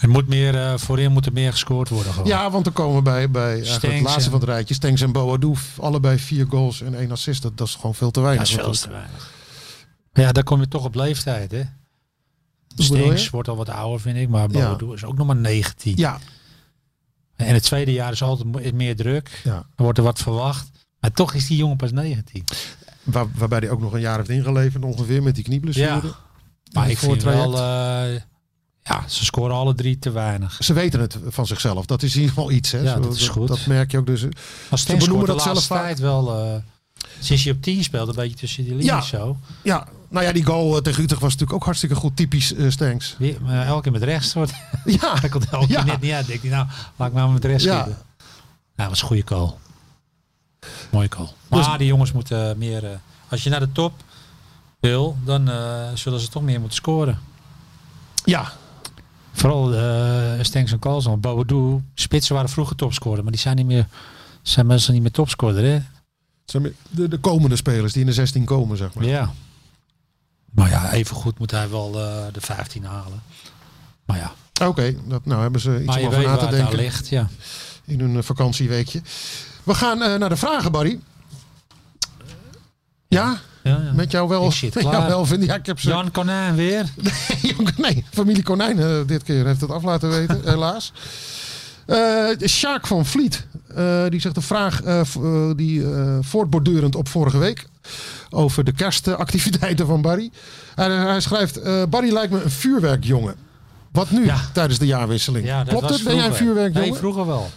Speaker 6: Er moet meer, eh, voorin moet er meer gescoord worden. Gewoon.
Speaker 5: Ja, want dan komen we bij, bij eigenlijk het
Speaker 6: Oh. Stengs
Speaker 5: laatste
Speaker 6: en-
Speaker 5: van het rijtje. Stengs en Boadou. Allebei vier goals en één assist. Dat, dat is gewoon veel te
Speaker 6: Ja,
Speaker 5: weinig.
Speaker 6: dat is veel te weinig. Maar ja, daar kom je toch op leeftijd, hè?
Speaker 5: bedoel je?
Speaker 6: Stinks wordt al wat ouder, vind ik. Maar Boadu is ook nog maar 19.
Speaker 5: Ja,
Speaker 6: En het tweede jaar is altijd mo- is meer druk.
Speaker 5: ja.
Speaker 6: Er wordt er wat verwacht. Maar toch is die jongen pas 19.
Speaker 5: Waar, waarbij hij ook nog een jaar heeft ingeleverd ongeveer met die knieblessure.
Speaker 6: Ja. Maar
Speaker 5: het
Speaker 6: ik vind
Speaker 5: voortraject.
Speaker 6: wel... eh, ja, ze scoren alle drie te weinig.
Speaker 5: Ze weten het van zichzelf. Dat is in ieder geval iets. Hè?
Speaker 6: Ja,
Speaker 5: Zo,
Speaker 6: dat is goed.
Speaker 5: Dat merk je ook dus.
Speaker 6: Als Stenks
Speaker 5: benoemen
Speaker 6: scoort de
Speaker 5: dat
Speaker 6: laatste
Speaker 5: zelf vaak.
Speaker 6: tijd wel... eh, sinds je op 10 speelt, een beetje tussen die linies
Speaker 5: Ja.
Speaker 6: zo.
Speaker 5: Ja, nou ja, die goal eh, tegen Utrecht was natuurlijk ook hartstikke goed. Typisch eh, Stenks.
Speaker 6: Weer, maar elke keer met rechts wordt...
Speaker 5: Ja,
Speaker 6: Hij kon er elke keer
Speaker 5: Ja.
Speaker 6: net niet uit. Ik dacht, nou, laat ik maar met de rest
Speaker 5: Ja.
Speaker 6: schieten. Nou, dat was een goede call. Mooie call. Maar
Speaker 5: Dus-
Speaker 6: die jongens moeten meer... eh, als je naar de top wil, dan eh, zullen ze toch meer moeten scoren.
Speaker 5: ja.
Speaker 6: Vooral eh Stenks en Carlson. Boadu, spitsen waren vroeger topscorer, maar die zijn niet meer... Zijn meestal niet meer topscorer, hè?
Speaker 5: Het zijn De, de komende spelers die in de 16 komen, zeg maar.
Speaker 6: Ja. Maar ja, evengoed moet hij wel eh, de 15 halen. Maar ja,
Speaker 5: Oké, dat nou hebben ze iets
Speaker 6: maar
Speaker 5: om
Speaker 6: je
Speaker 5: over
Speaker 6: weet
Speaker 5: na
Speaker 6: waar
Speaker 5: te
Speaker 6: het aan
Speaker 5: denken
Speaker 6: ligt, ja.
Speaker 5: in hun eh, vakantieweekje. We gaan eh, naar de vragen, Barry. Ja,
Speaker 6: ja, ja.
Speaker 5: met jou wel.
Speaker 6: Ik zit
Speaker 5: met jou
Speaker 6: klaar.
Speaker 5: wel vinden. Ja, ik heb ze.
Speaker 6: Jan Konijn weer.
Speaker 5: Jongen, nee, familie Konijn eh, dit keer heeft het af laten weten, helaas. Eh Sjaak van Vliet, eh, die zegt een vraag eh, v- eh, die eh, voortbordurend op vorige week. Over de kerstactiviteiten van Barry. Hij, hij schrijft, eh, Barry lijkt me een vuurwerkjongen. Wat nu
Speaker 6: Ja.
Speaker 5: tijdens de jaarwisseling?
Speaker 6: Ja, dat
Speaker 5: Klopt
Speaker 6: was
Speaker 5: het? Ben jij een
Speaker 6: vroeger.
Speaker 5: vuurwerkjongen?
Speaker 6: Nee, vroeger wel.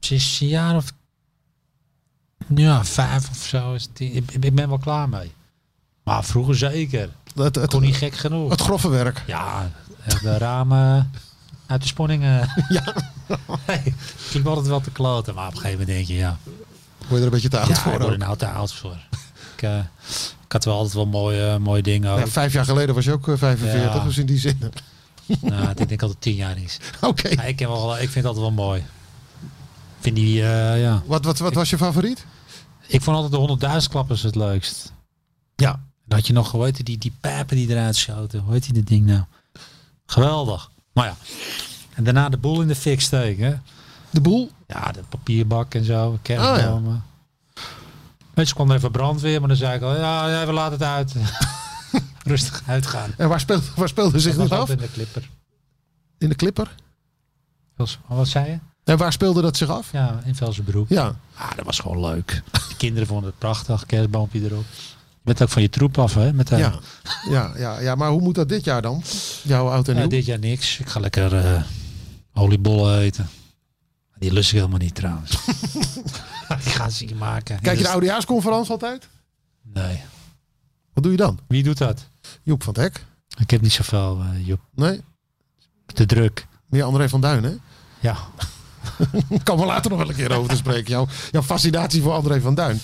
Speaker 6: Sinds een jaar of... Ja, vijf of zo. Is het, ik, ik ben wel klaar mee. Maar vroeger zeker.
Speaker 5: het, het,
Speaker 6: Kon niet gek genoeg.
Speaker 5: het grove werk.
Speaker 6: Ja, eh, de ramen uit de sponningen.
Speaker 5: Ja.
Speaker 6: Nee, ik liep altijd wel te kloten. Maar op een gegeven moment denk je, ja.
Speaker 5: Word je er een beetje te oud
Speaker 6: Ja,
Speaker 5: voor?
Speaker 6: ik word er
Speaker 5: ook.
Speaker 6: nou te oud voor. ik, eh, ik had wel altijd wel mooie, mooie dingen.
Speaker 5: Ja,
Speaker 6: Ook.
Speaker 5: vijf jaar geleden was je ook eh, 45,
Speaker 6: Ja.
Speaker 5: dus in die zin.
Speaker 6: Nou, ik denk dat het tien jaar is.
Speaker 5: Oké.
Speaker 6: Ja, ik, ken wel, ik vind het altijd wel mooi. Ik Vind die, eh, ja.
Speaker 5: Wat, wat, wat was je favoriet?
Speaker 6: Ik vond altijd de 100.000 klappers het leukst.
Speaker 5: Ja.
Speaker 6: Dan had je nog geweten die, die pijpen die eruit schoten. Hoe heet die dat ding nou? Geweldig. Maar ja. En daarna de boel in de fik steken. hè.
Speaker 5: De boel?
Speaker 6: Ja, de papierbak en zo. Kerstbomen. Mensen kwam er even brandweer, maar dan zei ik al, ja, ja, we laten het uit. Rustig uitgaan.
Speaker 5: En waar speelde, waar speelde zich
Speaker 6: Dat
Speaker 5: dat
Speaker 6: was
Speaker 5: af?
Speaker 6: altijd in de clipper.
Speaker 5: In de Clipper?
Speaker 6: Vels- Wat zei je?
Speaker 5: En waar speelde dat zich af?
Speaker 6: Ja, in Velsenbroek.
Speaker 5: Ja.
Speaker 6: Ah, dat was gewoon leuk. De kinderen vonden het prachtig, kerstboompje erop. Je bent ook van je troep af, hè? Met eh,
Speaker 5: Ja. Ja, ja, ja, maar hoe moet dat dit jaar dan? Jouw oud en
Speaker 6: Ja,
Speaker 5: nieuw?
Speaker 6: dit jaar niks. Ik ga lekker eh, oliebollen eten. Die lust ik helemaal niet trouwens. die gaan ze niet maken.
Speaker 5: Kijk je de
Speaker 6: nou?
Speaker 5: oudejaarsconferentie altijd?
Speaker 6: Nee.
Speaker 5: Wat doe je dan?
Speaker 6: Wie doet dat?
Speaker 5: Joep van het Hek?
Speaker 6: Ik heb niet zoveel, eh Joep.
Speaker 5: Nee?
Speaker 6: Te druk.
Speaker 5: Meer André van Duin, hè?
Speaker 6: Ja.
Speaker 5: Kan we later nog wel een keer over te spreken. Jouw, jouw fascinatie voor André van Duin.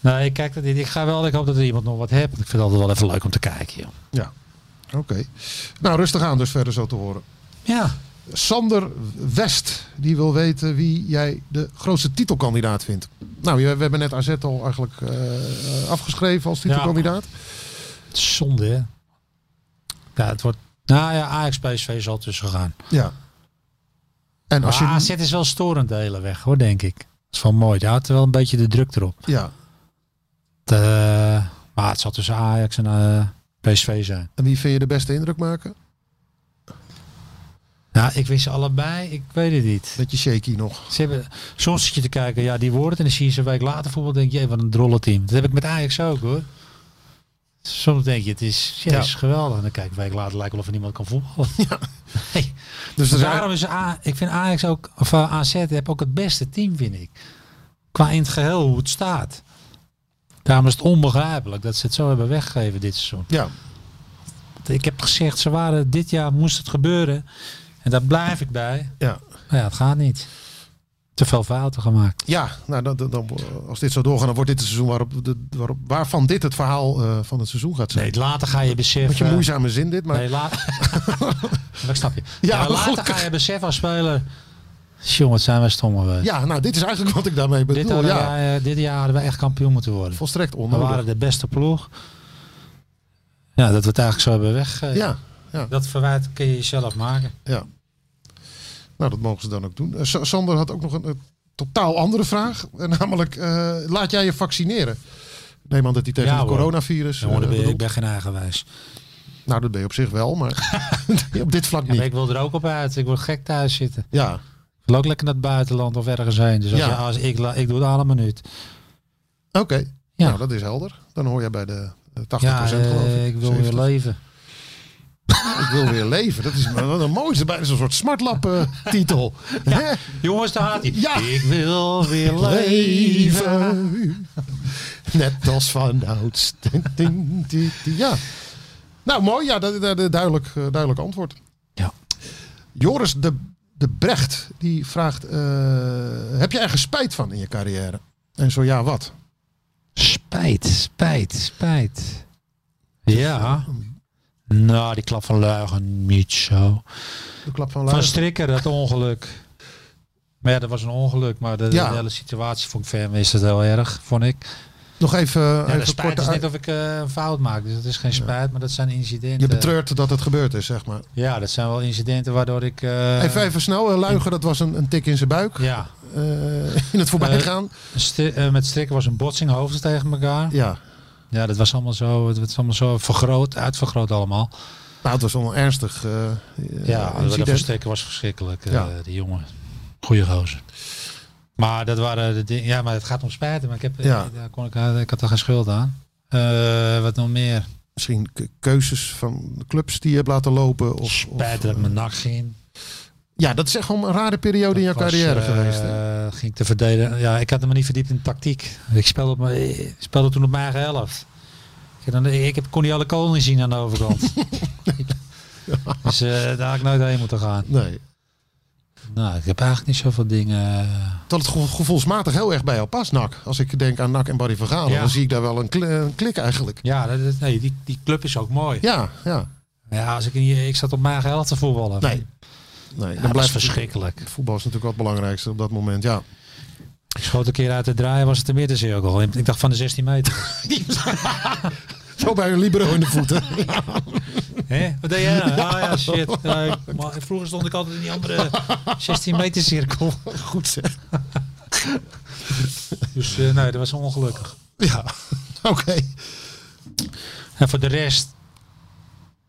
Speaker 6: Nee, Nou, ik kijk dat niet. Ik ga wel. Ik hoop dat er iemand nog wat hebt. Ik vind het altijd wel even leuk om te kijken, joh.
Speaker 5: Ja. Oké. Nou, rustig aan dus verder zo te horen.
Speaker 6: Ja.
Speaker 5: Sander West, die wil weten wie jij de grootste titelkandidaat vindt. Nou, je- we hebben net AZ al eigenlijk eh, afgeschreven als titelkandidaat.
Speaker 6: Zonde, hè? Ja, het wordt... Nou ja, Ajax PSV is al tussen gegaan.
Speaker 5: Ja. En als
Speaker 6: Maar AZ
Speaker 5: je...
Speaker 6: is wel storend de hele weg, hoor, denk ik. Dat is wel mooi. Daar houdt wel een beetje de druk erop.
Speaker 5: Ja.
Speaker 6: Het, eh, maar het zal tussen Ajax en eh, PSV zijn.
Speaker 5: En wie vind je de beste indruk maken?
Speaker 6: Nou, ik wist ze allebei. Ik weet het niet.
Speaker 5: Beetje shaky nog.
Speaker 6: Ze hebben, soms zit je te kijken, ja, die worden en dan zie je ze een week later voetbal. denk je, jee, wat een drolle team. Dat heb ik met Ajax ook hoor. Soms denk je, het is, ja, het is geweldig. En dan kijk ik een week later, lijkt wel of er niemand kan voetballen. Nee.
Speaker 5: Dus er
Speaker 6: Dus
Speaker 5: zijn-
Speaker 6: daarom is A, ik vind Ajax ook, of eh, AZ heb ook het beste team, vind ik. Qua in het geheel hoe het staat. Daarom is het onbegrijpelijk dat ze het zo hebben weggegeven dit seizoen.
Speaker 5: Ja.
Speaker 6: Ik heb gezegd, ze waren dit jaar moest het gebeuren. En daar blijf ik bij.
Speaker 5: Ja.
Speaker 6: Maar ja, het gaat niet. Te veel fouten gemaakt.
Speaker 5: Ja, nou, dan, dan- dan- als dit zo doorgaat, dan wordt dit het seizoen waarop, de, waarop, waarvan dit het verhaal eh, van het seizoen gaat zijn.
Speaker 6: Nee, later ga je beseffen.
Speaker 5: Beetje moeizame zin dit, maar
Speaker 6: Nee, later. ik snap je.
Speaker 5: Ja,
Speaker 6: Ja,
Speaker 5: maar
Speaker 6: later
Speaker 5: goed.
Speaker 6: ga je beseffen als speler. Jongen, wat zijn wij stom geweest.
Speaker 5: ja, nou, dit is eigenlijk wat ik daarmee
Speaker 6: dit,
Speaker 5: bedoel.
Speaker 6: hadden
Speaker 5: Ja,
Speaker 6: wij, eh, dit jaar hadden wij echt kampioen moeten worden.
Speaker 5: volstrekt
Speaker 6: We
Speaker 5: onnodig.
Speaker 6: waren de beste ploeg. Ja, dat we het eigenlijk zo hebben weg. eh,
Speaker 5: Ja, ja,
Speaker 6: Dat verwijt kun je jezelf maken.
Speaker 5: ja. Nou, dat mogen ze dan ook doen. Eh, Sa- Sander had ook nog een, eh, totaal andere vraag, eh, namelijk eh, laat jij je vaccineren? Neem aan dat hij tegen
Speaker 6: Ja,
Speaker 5: het
Speaker 6: hoor.
Speaker 5: coronavirus. eh,
Speaker 6: Jongen, dan ben je- ik
Speaker 5: bedoelt.
Speaker 6: ben geen eigenwijs.
Speaker 5: Nou, dat ben je op zich wel, maar op dit vlak
Speaker 6: Ja, maar
Speaker 5: niet.
Speaker 6: ik wil er ook op uit. Ik wil gek thuis zitten.
Speaker 5: Ja,
Speaker 6: Ik wil ook lekker naar het buitenland of ergens heen. Dus als
Speaker 5: Ja.
Speaker 6: je- als ik, la- ik doe het allemaal niet.
Speaker 5: oké.
Speaker 6: Ja.
Speaker 5: Nou, dat is helder. Dan hoor jij bij de eh, 80%
Speaker 6: Ja,
Speaker 5: geloof ik.
Speaker 6: eh, ik wil
Speaker 5: 70.
Speaker 6: weer leven.
Speaker 5: Ik wil weer leven. Dat is wel een mooiste, bijna zo'n soort smartlap eh, titel. Hè?
Speaker 6: Jongens, daar gaat hij.
Speaker 5: Ja.
Speaker 6: Ik wil weer leven.
Speaker 5: Leven. Net als van ouds. Ding, ding, ding, ding. Ja. Nou, mooi. Ja, dat, dat- dat- duidelijk, eh, duidelijk antwoord.
Speaker 6: Ja.
Speaker 5: Joris de, de Brecht, die vraagt... eh, heb je ergens spijt van in je carrière? En zo ja, wat?
Speaker 6: Spijt, spijt, spijt. Ja. Nou, die klap van Luigen niet zo.
Speaker 5: De klap van
Speaker 6: Van
Speaker 5: Luijers.
Speaker 6: Strikker, dat ongeluk. Maar ja, dat was een ongeluk. Maar de, de
Speaker 5: Ja.
Speaker 6: hele situatie vond ik ver is het heel erg, vond ik.
Speaker 5: Nog even,
Speaker 6: Ja, de
Speaker 5: even
Speaker 6: spijt
Speaker 5: kort...
Speaker 6: is
Speaker 5: uit-
Speaker 6: niet of ik eh, een fout maak. Dus dat is geen spijt, maar dat zijn incidenten.
Speaker 5: Je betreurt dat het gebeurd is, zeg maar.
Speaker 6: Ja, dat zijn wel incidenten waardoor ik... eh,
Speaker 5: Even, even snel. eh, Luigen, dat was een, een tik in zijn buik.
Speaker 6: Ja,
Speaker 5: Eh, in het voorbijgaan.
Speaker 6: Stri- eh, met Strikker was een botsing hoofden tegen elkaar.
Speaker 5: ja.
Speaker 6: Ja, dat was allemaal zo, het was allemaal zo vergroot, uitvergroot allemaal.
Speaker 5: Nou, het was wel een ernstig eh, eh,
Speaker 6: Ja, dat
Speaker 5: incident.
Speaker 6: versteken was verschrikkelijk, eh,
Speaker 5: Ja.
Speaker 6: die jongen. Goeie gozer. Maar dat waren de dingen. Ja, maar het gaat om spijten. Maar ik, heb,
Speaker 5: Ja.
Speaker 6: daar kon ik, ik had er geen schuld aan. Eh, wat nog meer?
Speaker 5: Misschien ke- keuzes van de clubs die je hebt laten lopen. Of,
Speaker 6: Spijt
Speaker 5: of,
Speaker 6: dat ik mijn nak ging.
Speaker 5: ja, dat is echt gewoon een rare periode in jouw
Speaker 6: Dat was,
Speaker 5: carrière
Speaker 6: eh,
Speaker 5: geweest. hè?
Speaker 6: ging ik te verdedigen. Ja, ik had me niet verdiept in tactiek. Ik speelde, op mijn, ik speelde toen op mijn eigen helft. Ik, heb dan, ik heb, kon die alle kolen niet zien aan de overkant. Dus eh, daar had ik nooit heen moeten gaan.
Speaker 5: Nee.
Speaker 6: Nou, ik heb eigenlijk niet zoveel dingen. eh.
Speaker 5: Dat het ge- gevoelsmatig heel erg bij jou past, Nak. Als ik denk aan Nak en Barry van Gaal,
Speaker 6: Ja.
Speaker 5: dan zie ik daar wel een, kli- een klik eigenlijk.
Speaker 6: Ja, dat, dat- nee, die, die club is ook mooi.
Speaker 5: Ja, ja.
Speaker 6: Ja, als ik, hier, ik zat op mijn geld te voetballen.
Speaker 5: Nee. Nee,
Speaker 6: Ja,
Speaker 5: dan
Speaker 6: dat is
Speaker 5: blijft
Speaker 6: verschrikkelijk.
Speaker 5: Voetbal is natuurlijk wel het belangrijkste op dat moment, ja.
Speaker 6: Ik schoot een keer uit de draaien, was het de middencirkel. Ik dacht van de 16 meter.
Speaker 5: Zo bij een libero in de voeten.
Speaker 6: Hé, Wat deed jij nou? Ah ja, shit. Ja, ik- maar vroeger stond ik altijd in die andere 16 meter cirkel.
Speaker 5: Goed zeg.
Speaker 6: Dus eh, nee, dat was ongelukkig.
Speaker 5: Ja, oké.
Speaker 6: En voor de rest...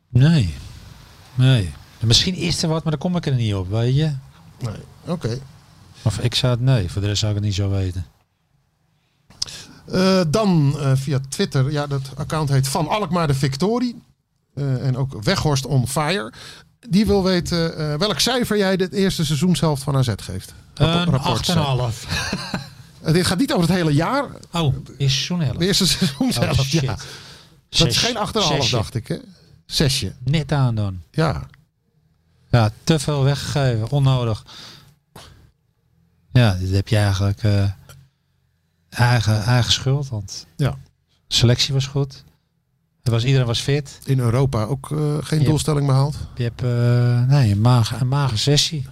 Speaker 6: Nee. Nee. Misschien is er wat, maar dan kom ik er niet op, weet je.
Speaker 5: Nee, oké.
Speaker 6: Of ik zou het... Nee, voor de rest zou ik het niet zo weten.
Speaker 5: Eh, dan eh, via Twitter. Ja, dat account heet Van Alkmaar de Victorie. Eh, en ook Weghorst on Fire. die wil weten eh, welk cijfer jij dit eerste seizoenshelft van AZ geeft. Rappo- rapport
Speaker 6: Ehm, Een
Speaker 5: zei.
Speaker 6: 8,5.
Speaker 5: Eh, Dit gaat niet over het hele jaar.
Speaker 6: Oh, is zo'n helft.
Speaker 5: De eerste seizoenshelft,
Speaker 6: Oh, shit.
Speaker 5: ja. Dat
Speaker 6: Zes-
Speaker 5: is geen 8,5
Speaker 6: zesje.
Speaker 5: dacht ik hè. Zesje,
Speaker 6: Net aan doen.
Speaker 5: ja.
Speaker 6: Ja, te veel weggegeven. Onnodig. Ja, dit heb je eigenlijk eh, eigen, eigen schuld. Want
Speaker 5: Ja.
Speaker 6: selectie was goed. Er was, iedereen was fit.
Speaker 5: In Europa ook eh, geen
Speaker 6: Ja.
Speaker 5: doelstelling behaald.
Speaker 6: Je hebt eh, nee, een, mager, een mager sessie.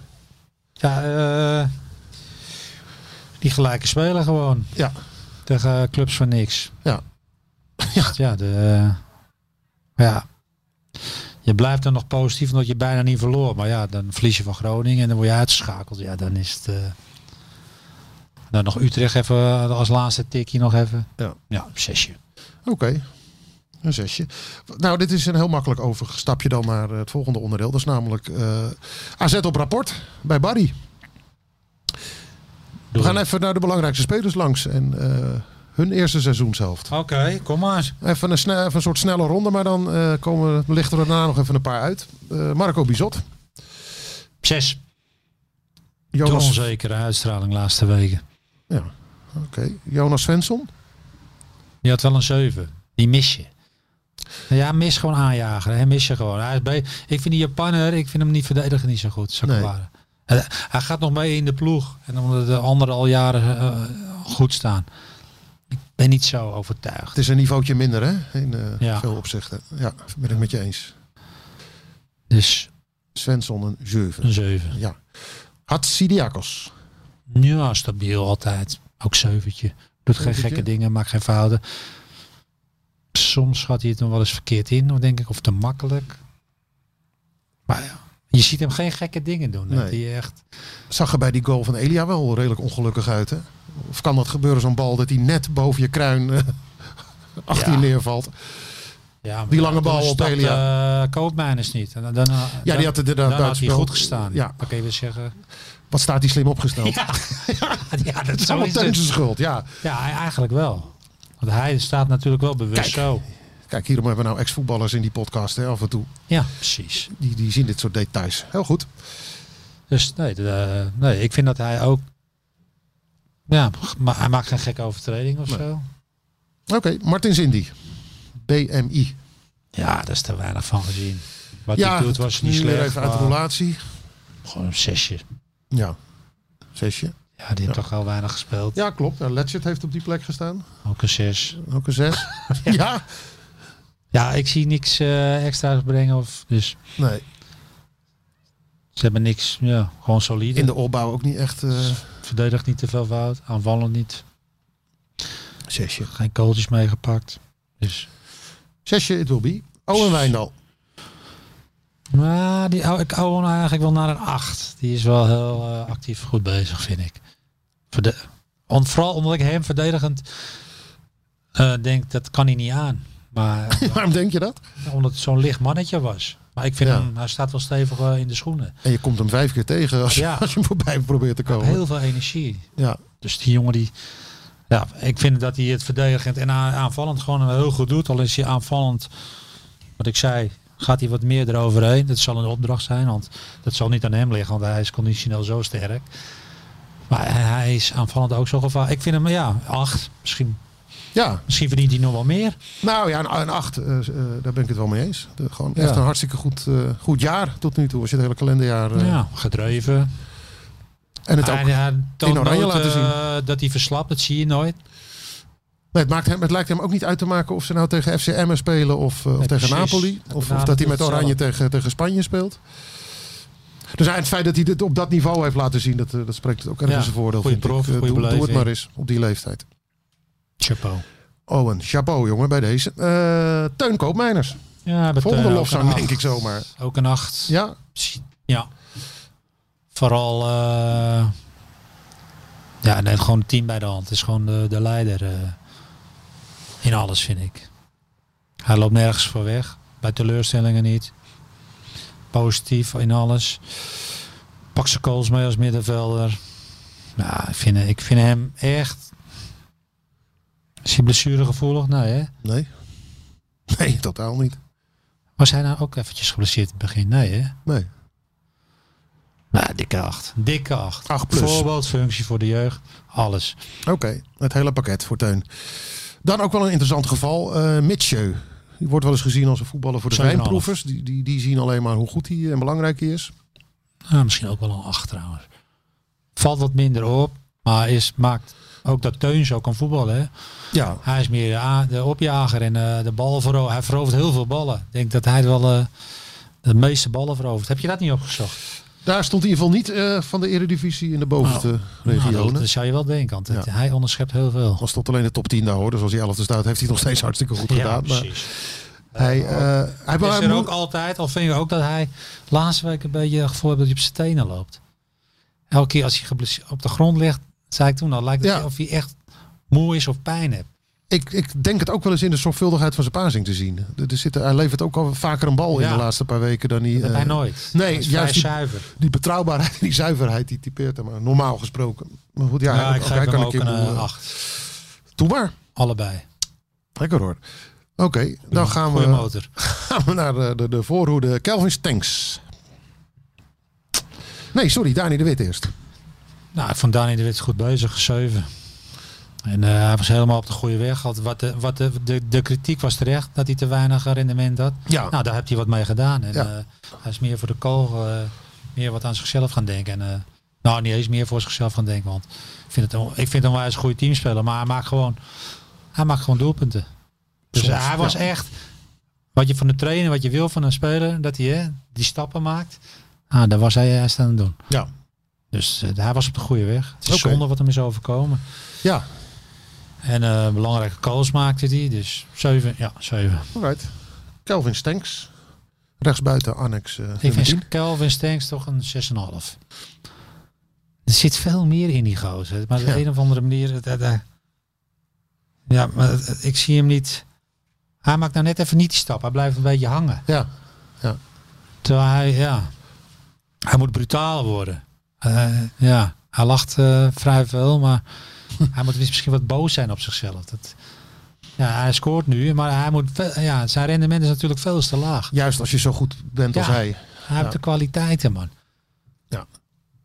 Speaker 6: Ja, eh, die gelijke spelen gewoon.
Speaker 5: Ja.
Speaker 6: Tegen eh, clubs van niks.
Speaker 5: Ja.
Speaker 6: ja. ja, de, eh, ja. Je blijft dan nog positief omdat je bijna niet verloor. Maar ja, dan verlies je van Groningen en dan word je uitgeschakeld. Ja, dan is het... eh, dan nog Utrecht even als laatste tikje nog even.
Speaker 5: Ja.
Speaker 6: Ja, zesje.
Speaker 5: Oké. Een zesje. Nou, dit is een heel makkelijk overstapje dan naar eh, het volgende onderdeel. Dat is namelijk eh, AZ op rapport bij Barry. We
Speaker 6: Doe.
Speaker 5: gaan even naar de belangrijkste spelers langs en eh, hun eerste seizoenshelft.
Speaker 6: Oké, kom maar.
Speaker 5: Even een, sne- even een soort snelle ronde, maar dan eh, komen, lichten we er daarna nog even een paar uit. Eh, Marco Bizot.
Speaker 6: Zes. Te
Speaker 5: Jonas, ja,
Speaker 6: onzekere uitstraling laatste weken.
Speaker 5: oké. Jonas Svensson.
Speaker 6: Die had wel een 7. Die mis je. Ja, mis gewoon aanjager. Hè? Mis je gewoon. Hij is bij, ik vind die Japaner, ik vind hem niet verdedigen niet zo goed. Sakuwara. Hij, eh, hij gaat nog mee in de ploeg. En omdat de anderen al jaren eh, goed staan. Ik ben niet zo overtuigd.
Speaker 5: Het is een niveautje minder, hè? In eh,
Speaker 6: Ja.
Speaker 5: veel opzichten. Ja, ben ik met je eens.
Speaker 6: Dus
Speaker 5: Svensson een 7.
Speaker 6: een 7.
Speaker 5: Ja. Hatsidiakos.
Speaker 6: Ja, stabiel altijd. Ook 7. Doet geen
Speaker 5: Zeventje.
Speaker 6: gekke dingen, maakt geen fouten. Soms schat hij het dan wel eens verkeerd in, of denk ik, of te makkelijk. Maar ja, je ziet hem geen gekke dingen doen. hè.
Speaker 5: Nee.
Speaker 6: Die echt
Speaker 5: zag er bij die goal van Elia wel redelijk ongelukkig uit. Hè? Of kan dat gebeuren, zo'n bal dat hij net boven je kruin eh, 18
Speaker 6: Ja.
Speaker 5: neervalt?
Speaker 6: Ja, maar
Speaker 5: Die lange
Speaker 6: dan
Speaker 5: bal op
Speaker 6: stapt,
Speaker 5: Elia.
Speaker 6: eh, Koopmeiners niet. En Dan, dan, ja,
Speaker 5: Ja, die had het inderdaad
Speaker 6: dan had hij
Speaker 5: buitenspel.
Speaker 6: goed gestaan.
Speaker 5: Ja.
Speaker 6: Ja. Dan kun je weer zeggen.
Speaker 5: Wat staat hij slim opgesteld?
Speaker 6: Ja, dat
Speaker 5: het is
Speaker 6: zo
Speaker 5: allemaal
Speaker 6: is het.
Speaker 5: Teun zijn schuld. Ja.
Speaker 6: Ja, e- eigenlijk wel. Want hij staat natuurlijk wel bewust
Speaker 5: Kijk.
Speaker 6: zo.
Speaker 5: Kijk, hierom hebben we nou ex-voetballers in die podcast hè, af en toe.
Speaker 6: Ja, precies.
Speaker 5: Die, die zien dit soort details. Heel goed.
Speaker 6: Dus nee, de- nee, ik vind dat hij ook. Ja, maar hij maakt geen gekke overtreding of zo.
Speaker 5: Oké, Martin Zindi. BMI.
Speaker 6: Ja, daar is te weinig van gezien. Wat
Speaker 5: ja,
Speaker 6: hij doet was niet
Speaker 5: nu weer
Speaker 6: slecht.
Speaker 5: even uit de
Speaker 6: maar
Speaker 5: relatie.
Speaker 6: Gewoon een zesje.
Speaker 5: Ja. Zesje.
Speaker 6: Ja, die heeft toch al weinig gespeeld.
Speaker 5: Ja, klopt. Nou, Letchert heeft op die plek gestaan.
Speaker 6: Ook een zes.
Speaker 5: Ook een zes. ja.
Speaker 6: Ja, ik zie niks eh extra's brengen. Of, dus
Speaker 5: Nee.
Speaker 6: Ze hebben niks, ja, gewoon solide.
Speaker 5: In de opbouw ook niet echt. eh
Speaker 6: Verdedigt niet te veel fout, aanvallend niet.
Speaker 5: zesje.
Speaker 6: Geen kooltjes meegepakt. Dus.
Speaker 5: Zesje, it will be. Owen Wijndal.
Speaker 6: Maar die, ou- ik hou hem eigenlijk wel naar een 8. Die is wel heel eh, actief goed bezig, vind ik. Verde om, vooral omdat ik hem verdedigend eh, denk, dat kan hij niet aan. Maar
Speaker 5: Waarom denk je dat?
Speaker 6: omdat het zo'n licht mannetje was. Maar ik vind
Speaker 5: Ja.
Speaker 6: hem, hij staat wel stevig eh, in de schoenen.
Speaker 5: En je komt hem vijf keer tegen als, je-
Speaker 6: Ja.
Speaker 5: als je hem voorbij probeert te komen.
Speaker 6: Heel veel energie.
Speaker 5: Ja.
Speaker 6: Dus die jongen die. Ja, ik vind dat hij het verdedigend en a- aanvallend gewoon heel goed doet. Al is hij aanvallend, wat ik zei, gaat hij wat meer eroverheen. Dat zal een opdracht zijn, want dat zal niet aan hem liggen, want hij is conditioneel zo sterk. Maar hij- hij is aanvallend ook zo gevaarlijk. Ik vind hem, ja, acht. Misschien,
Speaker 5: ja,
Speaker 6: misschien verdient hij nog wel meer.
Speaker 5: nou ja, een, een acht, eh, eh, daar ben ik het wel mee eens. De- gewoon
Speaker 6: Ja.
Speaker 5: echt een hartstikke goed, eh, goed jaar tot nu toe. Als je het hele kalenderjaar... eh,
Speaker 6: Ja, gedreven.
Speaker 5: En het, ook,
Speaker 6: Hij, hij toont
Speaker 5: in oranje
Speaker 6: nooit,
Speaker 5: laten
Speaker 6: eh, dat hij verslapt, dat zie je nooit.
Speaker 5: nee, het, maakt hem, het lijkt hem ook niet uit te maken of ze nou tegen FC Emmen spelen of, eh, of
Speaker 6: Nee,
Speaker 5: tegen
Speaker 6: precies.
Speaker 5: Napoli.
Speaker 6: Hij
Speaker 5: Of, of
Speaker 6: benadert
Speaker 5: dat hij met
Speaker 6: het
Speaker 5: Oranje
Speaker 6: zelf.
Speaker 5: tegen, tegen Spanje speelt. Dus ja, het feit dat hij dit op dat niveau heeft laten zien, dat, eh, dat spreekt ook ergens
Speaker 6: Ja,
Speaker 5: een voordeel.
Speaker 6: goeie
Speaker 5: vind ik.
Speaker 6: prof,
Speaker 5: Eh,
Speaker 6: goeie
Speaker 5: doe, doe het
Speaker 6: beleving.
Speaker 5: maar eens op die leeftijd.
Speaker 6: Chapeau.
Speaker 5: Owen, chapeau jongen bij deze. Eh Teun Koopmeiners.
Speaker 6: Ja, dat,
Speaker 5: Volgende
Speaker 6: eh, ook een
Speaker 5: lofzang
Speaker 6: acht.
Speaker 5: denk ik zomaar.
Speaker 6: Ook een acht.
Speaker 5: Ja,
Speaker 6: Ja. Vooral. eh, ja, nee, gewoon het team bij de hand. Het is gewoon de, de leider. eh, in alles, vind ik. Hij loopt nergens voor weg. Bij teleurstellingen niet. Positief in alles. Pak zijn goals mee als middenvelder. Nou, ik vind, ik vind hem echt. Is hij blessuregevoelig? Nee, hè?
Speaker 5: nee. Nee, totaal niet.
Speaker 6: Was hij nou ook eventjes geblesseerd in het begin? Nee, hè?
Speaker 5: Nee.
Speaker 6: Nou, dikke acht. Dikke acht.
Speaker 5: Acht plus.
Speaker 6: Voorbeeldfunctie voor de jeugd. Alles.
Speaker 5: Oké, het hele pakket voor Teun. Dan ook wel een interessant geval, eh Mitchell. Die wordt wel eens gezien als een voetballer voor de
Speaker 6: 7,5.
Speaker 5: wijnproevers. Die, die, die zien alleen maar hoe goed hij eh, en belangrijk hij is.
Speaker 6: Nou, misschien ook wel een acht trouwens. Valt wat minder op, maar is, maakt ook dat Teun zo kan voetballen. Hè?
Speaker 5: Ja,
Speaker 6: Hij is meer de, a- de opjager en eh, de bal verovert. Hij verovert heel veel ballen. Ik denk dat hij wel eh, de meeste ballen verovert. Heb je dat niet opgezocht?
Speaker 5: daar stond in ieder geval niet eh, van de eredivisie in de bovenste
Speaker 6: Nou,
Speaker 5: regionen.
Speaker 6: dat, dat zou je wel denken, want het-
Speaker 5: Ja.
Speaker 6: hij onderschept heel veel.
Speaker 5: Was tot alleen de top 10 daar hoor. Dus als hij 11 staat, heeft hij het nog steeds hartstikke goed gedaan. Maar hij, eh, hij,
Speaker 6: Is
Speaker 5: hij
Speaker 6: er
Speaker 5: moet-
Speaker 6: ook altijd, al vind ik ook dat hij laatste week een beetje het gevoel heeft dat hij op zijn tenen loopt. Elke keer als hij geblesse- op de grond ligt, zei ik toen al, lijkt het
Speaker 5: Ja.
Speaker 6: of hij echt moe is of pijn heeft.
Speaker 5: ik, ik denk het ook wel eens in de zorgvuldigheid van zijn pasing te zien. Er, er zit, hij levert ook al vaker een bal in
Speaker 6: Ja.
Speaker 5: de laatste paar weken dan hij...
Speaker 6: Dat
Speaker 5: eh,
Speaker 6: hij nooit.
Speaker 5: nee,
Speaker 6: Dat is
Speaker 5: juist die-
Speaker 6: vrij zuiver.
Speaker 5: Die betrouwbaarheid, die zuiverheid, die typeert hem maar normaal gesproken. Maar goed, ja,
Speaker 6: Ja,
Speaker 5: hij-
Speaker 6: ik
Speaker 5: ook
Speaker 6: geef
Speaker 5: hij
Speaker 6: hem
Speaker 5: kan
Speaker 6: ook
Speaker 5: een
Speaker 6: een
Speaker 5: keer
Speaker 6: eh,
Speaker 5: boeren.
Speaker 6: acht.
Speaker 5: Doe maar.
Speaker 6: Allebei.
Speaker 5: Lekker hoor. Oké, dan gaan
Speaker 6: Goeie
Speaker 5: we,
Speaker 6: motor.
Speaker 5: gaan we naar eh, de, de, de voorhoede. Kelvin Stenks. Nee, sorry, Dani de Wit eerst.
Speaker 6: Nou, ik vond Dani de Wit goed bezig, 7. En eh, hij was helemaal op de goede weg. Had wat de, wat de, de, de kritiek was terecht dat hij te weinig rendement had.
Speaker 5: Ja.
Speaker 6: Nou, daar heeft hij wat mee gedaan. En,
Speaker 5: Ja.
Speaker 6: eh, hij is meer voor de kogel, eh, meer wat aan zichzelf gaan denken. En, eh, nou, niet eens meer voor zichzelf gaan denken. Want ik vind het, een- ik vind hem wel eens een goede teamspeler. Maar hij maakt gewoon, hij maakt gewoon doelpunten. Dus
Speaker 5: Soms,
Speaker 6: hij was
Speaker 5: ja.
Speaker 6: echt, wat je van de trainer, wat je wil van een speler, dat hij hè, die stappen maakt. Ah, daar was hij juist aan het doen.
Speaker 5: Ja.
Speaker 6: Dus eh, hij was op de goede weg. Het is
Speaker 5: Oké.
Speaker 6: zonde wat hem is overkomen.
Speaker 5: Ja,
Speaker 6: En eh, belangrijke calls maakte hij. Dus 7. Ja, 7.
Speaker 5: alright. Kelvin Stenks. Rechtsbuiten annex eh
Speaker 6: Ik
Speaker 5: nummer 10.
Speaker 6: vind Kelvin Stenks toch een 6,5. Er zit veel meer in die gozer. Maar op
Speaker 5: Ja.
Speaker 6: de een of andere manier... het- het- eh, ja, maar het- het- ik zie hem niet... Hij maakt nou net even niet die stap. Hij blijft een beetje hangen.
Speaker 5: Ja,
Speaker 6: Terwijl hij, ja... Hij moet brutaal worden. Eh, ja, hij lacht eh, vrij veel, maar... hij moet misschien wat boos zijn op zichzelf. Dat, ja, hij scoort nu, maar hij moet veel- ja, zijn rendement is natuurlijk veel te laag.
Speaker 5: juist als je zo goed bent als
Speaker 6: Ja.
Speaker 5: hij.
Speaker 6: Hij heeft
Speaker 5: Ja.
Speaker 6: de kwaliteiten, man.
Speaker 5: Ja.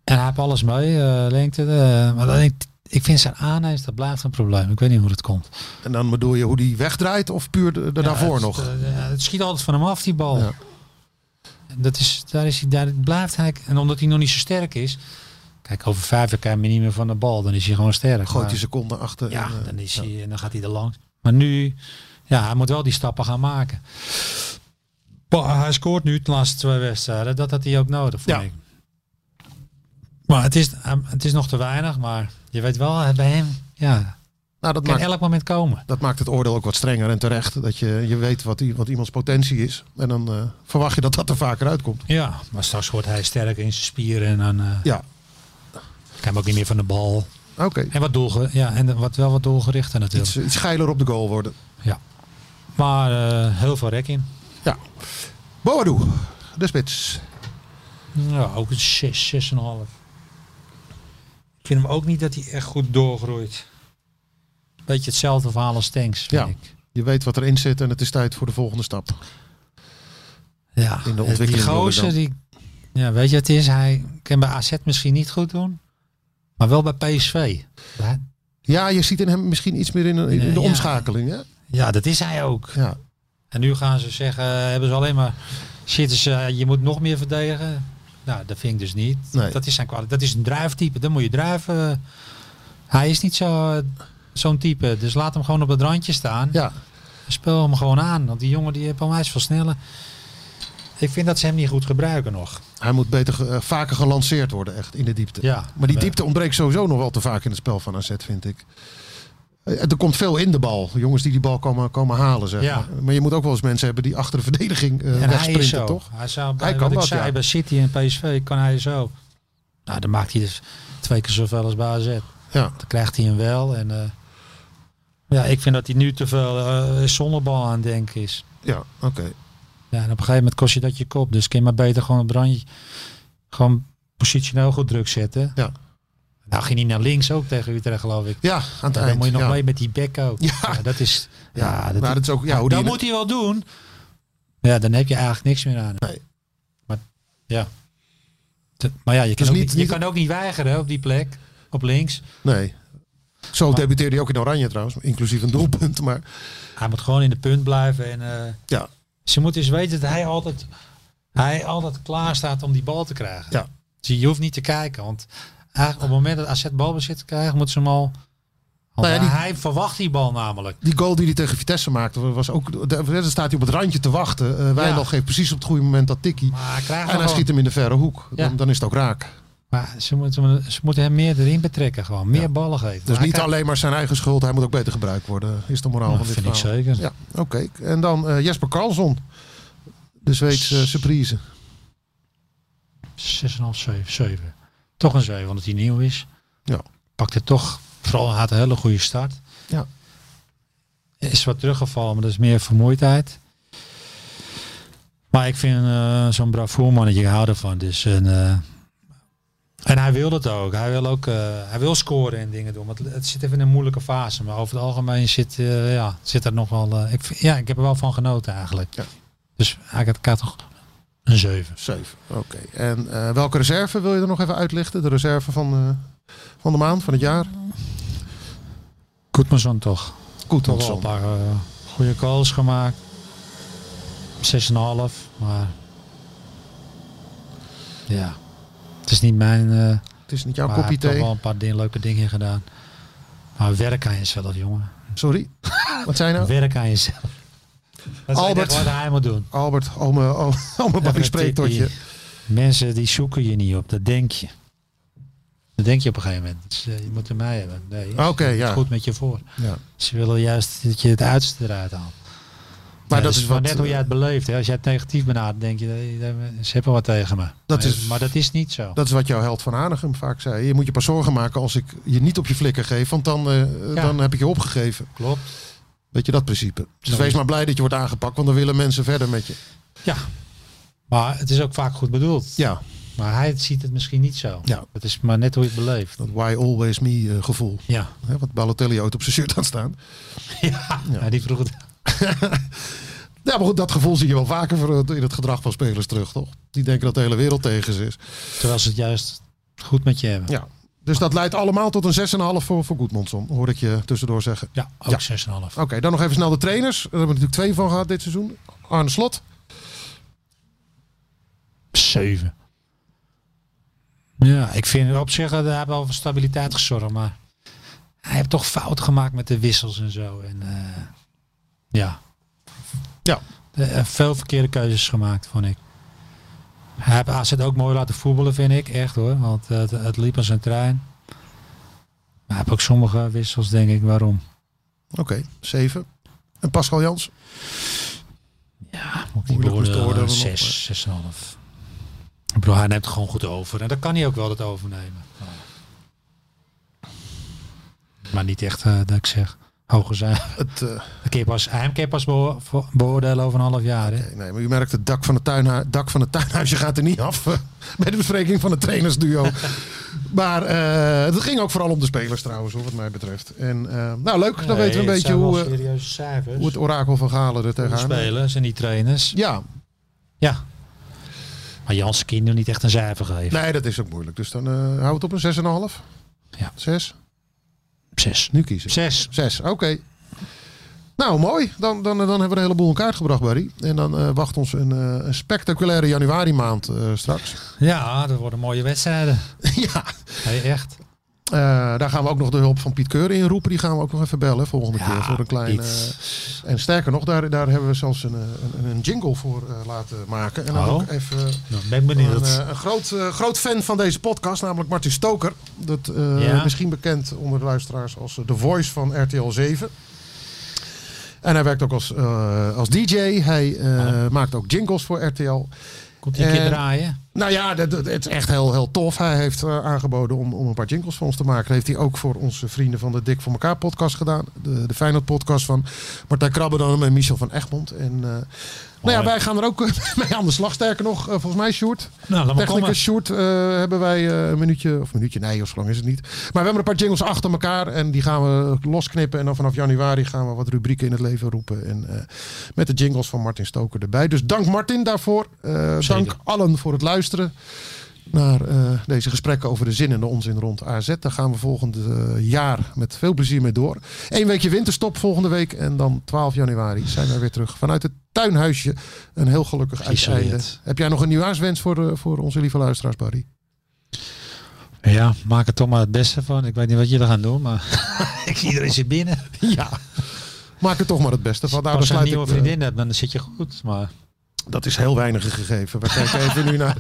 Speaker 6: En hij heeft alles mee, eh, lengte. eh, maar dan denk ik, ik vind zijn aanhees, dat blijft een probleem. Ik weet niet hoe dat komt.
Speaker 5: En dan bedoel je hoe die wegdraait of puur de- de- daarvoor
Speaker 6: het,
Speaker 5: nog?
Speaker 6: eh, ja, het schiet altijd van hem af, die bal.
Speaker 5: Ja.
Speaker 6: En Dat is, daar, is hij, daar blijft hij. En omdat hij nog niet zo sterk is. Kijk, over vijf jaar kan je niet meer van de bal. Dan is hij gewoon sterk.
Speaker 5: Gooit
Speaker 6: Maar-
Speaker 5: die seconde achter.
Speaker 6: ja,
Speaker 5: en, eh,
Speaker 6: dan, is Hij, en dan gaat hij er langs. Maar nu, ja, hij moet wel die stappen gaan maken. Maar hij scoort nu de laatste twee wedstrijden. Dat had hij ook nodig, vond
Speaker 5: Ja.
Speaker 6: ik. Maar het is, hem- het is nog te weinig. Maar je weet wel, eh, bij hem ja,
Speaker 5: Nou, dat
Speaker 6: kan
Speaker 5: maakt
Speaker 6: elk moment komen.
Speaker 5: dat maakt het oordeel ook wat strenger en terecht. Dat je, je weet wat, i- wat iemands potentie is. En dan eh, verwacht je dat dat er vaker uitkomt.
Speaker 6: Ja, maar straks wordt hij sterker in zijn spieren. En dan eh,
Speaker 5: Ja,
Speaker 6: kan hij hem ook niet meer van de bal.
Speaker 5: oké.
Speaker 6: En, wat doelge ja, en wat, wel wat doelgerichter natuurlijk.
Speaker 5: Iets, iets geiler op de goal worden.
Speaker 6: Maar eh, heel veel rek in.
Speaker 5: Ja. Boadu, de spits.
Speaker 6: Ja, ook een 6, 6,5. Ik vind hem ook niet dat hij echt goed doorgroeit. Beetje hetzelfde verhaal als Tanks, vind
Speaker 5: Ja.
Speaker 6: ik.
Speaker 5: Je weet wat erin zit en het is tijd voor de volgende stap.
Speaker 6: Ja,
Speaker 5: In de ontwikkeling
Speaker 6: Die
Speaker 5: wil ik
Speaker 6: gozer,
Speaker 5: dan.
Speaker 6: die, ja, weet je wat het is? Hij kan bij AZ misschien niet goed doen, maar wel bij PSV. Ja,
Speaker 5: Ja, je ziet in hem misschien iets meer in, in de
Speaker 6: Ja.
Speaker 5: omschakeling. Hè?
Speaker 6: Ja, dat is hij ook.
Speaker 5: Ja.
Speaker 6: En nu gaan ze zeggen, hebben ze alleen maar... Zitten ze, eh, je moet nog meer verdedigen. Nou, dat vind ik dus niet.
Speaker 5: Nee.
Speaker 6: Dat is zijn kwaliteit. Dat is een drijftype. Dan moet je drijven. Hij is niet zo, eh, zo'n type. Dus laat hem gewoon op het randje staan.
Speaker 5: ja,
Speaker 6: Speel hem gewoon aan. Want die jongen die heeft al veel sneller. Ik vind dat ze hem niet goed gebruiken nog.
Speaker 5: hij moet beter, ge- eh, vaker gelanceerd worden echt in de diepte.
Speaker 6: Ja.
Speaker 5: Maar die
Speaker 6: Eh,
Speaker 5: diepte ontbreekt sowieso nog wel te vaak in het spel van AZ, vind ik. Eh, Er komt veel in de bal. Jongens die die bal komen, komen halen, zeg
Speaker 6: Ja.
Speaker 5: maar. Maar je moet ook wel eens mensen hebben die achter de verdediging eh
Speaker 6: En hij is zo.
Speaker 5: wegsprinten, toch?
Speaker 6: Hij, zou, bij,
Speaker 5: Hij kan
Speaker 6: wat ik
Speaker 5: dat,
Speaker 6: zei,
Speaker 5: ja.
Speaker 6: bij City en PSV kan hij zo. Nou, dan maakt hij dus twee keer zoveel als bij AZ.
Speaker 5: Ja.
Speaker 6: Dan krijgt hij hem wel. En, eh, ja, ik vind dat hij nu te veel eh, zonnebal aan het denken is.
Speaker 5: Ja, oké.
Speaker 6: Ja, en op een gegeven moment kost je dat je kop. Dus kun je maar beter gewoon op het randje, gewoon positioneel goed druk zetten.
Speaker 5: Ja.
Speaker 6: Nou ging hij naar links ook tegen Utrecht, geloof ik.
Speaker 5: Ja, aan het
Speaker 6: Ja,
Speaker 5: eind.
Speaker 6: dan moet je nog
Speaker 5: ja.
Speaker 6: mee met die bek ook.
Speaker 5: Ja.
Speaker 6: dat is...
Speaker 5: Ja,
Speaker 6: Ja, dat,
Speaker 5: maar dat is ook... Ja, hoe
Speaker 6: dat
Speaker 5: die-
Speaker 6: moet hij wel doen. Ja, dan heb je eigenlijk niks meer aan.
Speaker 5: Nee.
Speaker 6: Maar ja. Te- Maar ja, je kan,
Speaker 5: Dus
Speaker 6: ook
Speaker 5: niet-
Speaker 6: niet, je
Speaker 5: niet-
Speaker 6: kan ook niet weigeren op die plek. Op links.
Speaker 5: Nee. Zo debuteerde hij ook in Oranje trouwens, inclusief een doelpunt. Maar
Speaker 6: Hij moet gewoon in de punt blijven. En, eh,
Speaker 5: ja,
Speaker 6: ze moeten eens weten dat hij altijd, hij altijd klaar staat om die bal te krijgen.
Speaker 5: Ja.
Speaker 6: Dus je hoeft niet te kijken. Want eigenlijk op het moment dat AZ balbezit krijgt, moeten ze hem al... want
Speaker 5: Nou ja, die-
Speaker 6: Hij verwacht die bal namelijk.
Speaker 5: die goal die hij tegen Vitesse maakte, was ook. daar- Daar staat hij op het randje te wachten. Eh Wijndal geeft precies op het goede moment dat tikkie.
Speaker 6: Maar hij krijgt
Speaker 5: En hij
Speaker 6: hem
Speaker 5: schiet
Speaker 6: gewoon.
Speaker 5: hem in de verre hoek.
Speaker 6: Ja.
Speaker 5: Dan, dan is het ook raak.
Speaker 6: Maar ze moeten, hem- ze moeten hem meer erin betrekken. Gewoon. Meer ballen geven.
Speaker 5: Dus
Speaker 6: Maar
Speaker 5: niet
Speaker 6: hij krijgt-
Speaker 5: alleen maar zijn eigen schuld. Hij moet ook beter gebruikt worden. Is de moraal
Speaker 6: Nou,
Speaker 5: van dit
Speaker 6: vind ik
Speaker 5: verhaal.
Speaker 6: zeker.
Speaker 5: Ja, oké. En dan eh, Jesper Karlsson. De Zweedse eh, surprise.
Speaker 6: 6,5, 7, 7. Toch een 7, omdat hij nieuw is.
Speaker 5: Ja.
Speaker 6: Pakte toch, vooral had een hele goede start.
Speaker 5: Ja.
Speaker 6: Is wat teruggevallen, maar dat is meer vermoeidheid. Maar ik vind eh, zo'n bravoer mannetje, ik hou ervan. Dus en, eh, en hij wil het ook. Hij wil ook eh, hij wil scoren en dingen doen. Want het zit even in een moeilijke fase. Maar over het algemeen zit, eh, ja, zit er nog wel. eh, ik, vind- ja, ik heb er wel van genoten eigenlijk.
Speaker 5: Ja.
Speaker 6: Dus eigenlijk had ik toch een 7.
Speaker 5: Zeven. Oké. En eh, welke reserve wil je er nog even uitlichten? De reserve van, eh, van de maand, van het jaar?
Speaker 6: Koetmanson toch?
Speaker 5: Goed,
Speaker 6: Toch wel een paar eh, goede calls gemaakt. 6,5, maar. Ja. Het is niet mijn. eh
Speaker 5: Het is niet jouw
Speaker 6: maar hij
Speaker 5: kopje
Speaker 6: heeft toch
Speaker 5: Nou, thee.
Speaker 6: wel een paar dingen, leuke dingen gedaan. Maar werk aan jezelf, jongen.
Speaker 5: Sorry. Wat zijn nou?
Speaker 6: Werk aan jezelf. Dat is
Speaker 5: Albert.
Speaker 6: Albert. wat hij moet doen.
Speaker 5: Albert, ome, ome, ome Barry spreekt tot je.
Speaker 6: Mensen die zoeken je niet op, dat denk je. Dat denk je op een gegeven moment. Dus, eh, je moet er mij hebben. Nee,
Speaker 5: Oké,
Speaker 6: het
Speaker 5: ja.
Speaker 6: goed met je voor.
Speaker 5: Ja.
Speaker 6: Ze willen juist dat je het uiterste eruit haalt.
Speaker 5: Maar
Speaker 6: Ja,
Speaker 5: dat
Speaker 6: dus
Speaker 5: is wat, eh,
Speaker 6: net hoe jij het beleeft. Hè? Als jij het negatief benadert, denk je, eh, ze hebben wat tegen me. maar,
Speaker 5: is-
Speaker 6: maar dat is niet zo.
Speaker 5: Dat is wat jouw held van Hanegem vaak zei. Je moet je pas zorgen maken als ik je niet op je flikker geef. Want dan, eh,
Speaker 6: Ja.
Speaker 5: dan heb ik je opgegeven.
Speaker 6: klopt.
Speaker 5: Weet je dat principe? Dus
Speaker 6: Zo
Speaker 5: wees
Speaker 6: is-
Speaker 5: maar blij dat je wordt aangepakt. Want dan willen mensen verder met je.
Speaker 6: Ja. Maar het is ook vaak goed bedoeld.
Speaker 5: Ja,
Speaker 6: Maar hij ziet het misschien niet zo.
Speaker 5: Ja.
Speaker 6: Het is maar net hoe je het beleeft.
Speaker 5: dat why always me eh, gevoel.
Speaker 6: Ja.
Speaker 5: Hè, wat Balotelli ooit op zijn shirt had staan.
Speaker 6: ja. ja, die vroeg het.
Speaker 5: Ja, maar goed, dat gevoel zie je wel vaker voor- eh, in het gedrag van spelers terug, toch? Die denken dat de hele wereld tegen ze is.
Speaker 6: Terwijl ze het juist goed met je hebben.
Speaker 5: Ja. Dus dat leidt allemaal tot een 6,5 voor, voor Goedmondson, hoor ik je tussendoor zeggen.
Speaker 6: Ja,
Speaker 5: Ja.
Speaker 6: ook 6,5.
Speaker 5: Oké, dan nog even snel de trainers. Daar hebben we natuurlijk twee van gehad dit seizoen. Arne Slot.
Speaker 6: 7. Ja, ik vind op zich, eh, hij heeft wel voor stabiliteit gezorgd, maar hij heeft toch fout gemaakt met de wissels en zo. En, eh, ja.
Speaker 5: Ja.
Speaker 6: Eh, eh, veel verkeerde keuzes gemaakt, vond ik. Hij heeft AZ ook mooi laten voetballen, vind ik. Echt hoor, want eh, het, het liep als een trein. Maar hij heeft ook sommige wissels, denk ik, waarom.
Speaker 5: Oké, 7. En Pascal Jans.
Speaker 6: Moet ik
Speaker 5: Moeilijk om te
Speaker 6: beoordelen,
Speaker 5: oordelen
Speaker 6: zes, zes en een half. Ik bedoel, hij neemt het gewoon goed over. En dan kan hij ook wel dat overnemen. Maar niet echt eh, dat ik zeg. Hoger zijn.
Speaker 5: Het, eh,
Speaker 6: Een keer pas, hij kan je pas beo- vo- beoordelen over een half jaar. Hè?
Speaker 5: nee, maar u merkt, het dak van het, tuinhu- dak van het tuinhuisje gaat er niet af. eh, bij de bespreking van het trainersduo. maar eh het ging ook vooral om de spelers trouwens, hoor, wat mij betreft. En, eh, nou, leuk. Dan weten we een beetje hoe, eh,
Speaker 6: serieuze cijfers.
Speaker 5: hoe het orakel van Galen er
Speaker 6: de
Speaker 5: tegenaan
Speaker 6: spelers en die trainers.
Speaker 5: Ja,
Speaker 6: Ja. Maar Jansen kan je nog niet echt een cijfer geven.
Speaker 5: nee, dat is ook moeilijk. Dus dan eh hou het op een 6,5.
Speaker 6: Ja.
Speaker 5: 6.
Speaker 6: Zes.
Speaker 5: Nu kiezen.
Speaker 6: Zes.
Speaker 5: 6, oké. Nou, mooi. Dan, dan, dan hebben we een heleboel in kaart gebracht, Barry. En dan eh, wacht ons een, eh, een spectaculaire januari maand eh, straks.
Speaker 6: Ja, dat worden mooie wedstrijden.
Speaker 5: ja.
Speaker 6: Nee, echt.
Speaker 5: Eh, daar gaan we ook nog de hulp van Piet Keur inroepen. Die gaan we ook nog even bellen volgende
Speaker 6: Ja,
Speaker 5: keer. Voor een klein,
Speaker 6: Piet.
Speaker 5: eh, en sterker nog, daar, daar hebben we zelfs een, eh, een, een jingle voor eh, laten maken. En dan
Speaker 6: Oh.
Speaker 5: ook even...
Speaker 6: Nou, ben ik
Speaker 5: Een,
Speaker 6: benieuwd.
Speaker 5: eh, een groot, eh, groot fan van deze podcast, namelijk Martin Stoker. Dat, eh,
Speaker 6: Ja.
Speaker 5: Misschien bekend onder de luisteraars als eh, de voice van RTL 7. En hij werkt ook als, eh, als DJ. Hij eh,
Speaker 6: Ah.
Speaker 5: maakt ook jingles voor RTL.
Speaker 6: Komt hij een keer
Speaker 5: en-
Speaker 6: draaien?
Speaker 5: Nou ja, dat, dat- het is echt heel, heel tof. Hij heeft eh, aangeboden om, om een paar jingles voor ons te maken. Dat heeft hij ook voor onze vrienden van de Dik voor elkaar podcast gedaan. De, de Feyenoord podcast van Martijn Krabbenam en Michel van Egmond. En eh, Nou ja,
Speaker 6: Mooi.
Speaker 5: wij gaan er ook eh, mee aan de slag. Sterker nog, eh, volgens mij, Sjoerd.
Speaker 6: Nou, laat maar komen.
Speaker 5: Technicus Sjoerd eh, hebben wij eh, een minuutje, of een minuutje, nee, of zo lang is het niet. Maar we hebben een paar jingles achter elkaar en die gaan we losknippen. En dan vanaf januari gaan we wat rubrieken in het leven roepen. En eh, met de jingles van Martin Stoker erbij. Dus dank Martin daarvoor. Eh, dank allen voor het luisteren naar eh, deze gesprekken over de zin en de onzin rond AZ. Daar gaan we volgend eh, jaar met veel plezier mee door. Eén weekje winterstop volgende week. En dan 12 januari zijn we weer terug vanuit het tuinhuisje. Een heel gelukkig uiteinde.
Speaker 6: Geïsoleerd.
Speaker 5: Heb jij nog een nieuwjaarswens voor, eh, voor onze lieve luisteraars, Barry?
Speaker 6: Ja, maak er toch maar het beste van. Ik weet niet wat jullie gaan doen, maar ik zie iedereen zit binnen.
Speaker 5: Ja. Maak er toch maar het beste van. Daar
Speaker 6: Als je een
Speaker 5: besluit
Speaker 6: nieuwe
Speaker 5: ik, eh,
Speaker 6: vriendin hebt, dan zit je goed. Maar,
Speaker 5: dat is heel weinig gegeven. We kijken even nu naar.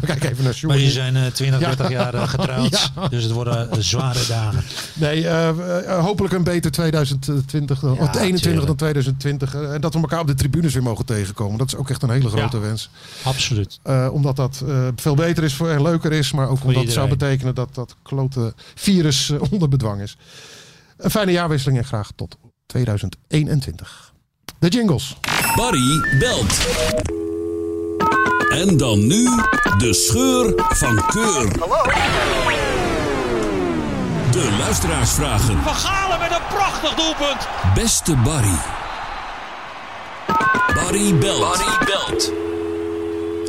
Speaker 5: We kijken even naar Sjoerd.
Speaker 6: maar je zijn eh, 20, 30 jaar eh, getrouwd.
Speaker 5: Ja.
Speaker 6: Dus het worden eh, zware dagen.
Speaker 5: Nee, eh, eh, hopelijk een beter 2020, dan- of 21 dan
Speaker 6: tuurlijk.
Speaker 5: 2020. eh, En dat we elkaar op de tribunes weer mogen tegenkomen. Dat is ook echt een hele grote
Speaker 6: Ja.
Speaker 5: wens.
Speaker 6: Absoluut.
Speaker 5: Eh, omdat dat eh, veel beter is voor, en leuker is. Maar ook omdat het zou
Speaker 6: iedereen.
Speaker 5: betekenen dat dat klote virus eh, onder bedwang is. Een fijne jaarwisseling en graag tot 2021. De jingles.
Speaker 7: Barry belt. En dan nu de scheur van keur. De luisteraarsvragen.
Speaker 3: Van Galen met een prachtig doelpunt.
Speaker 7: Beste Barry. Barry belt. Barry belt.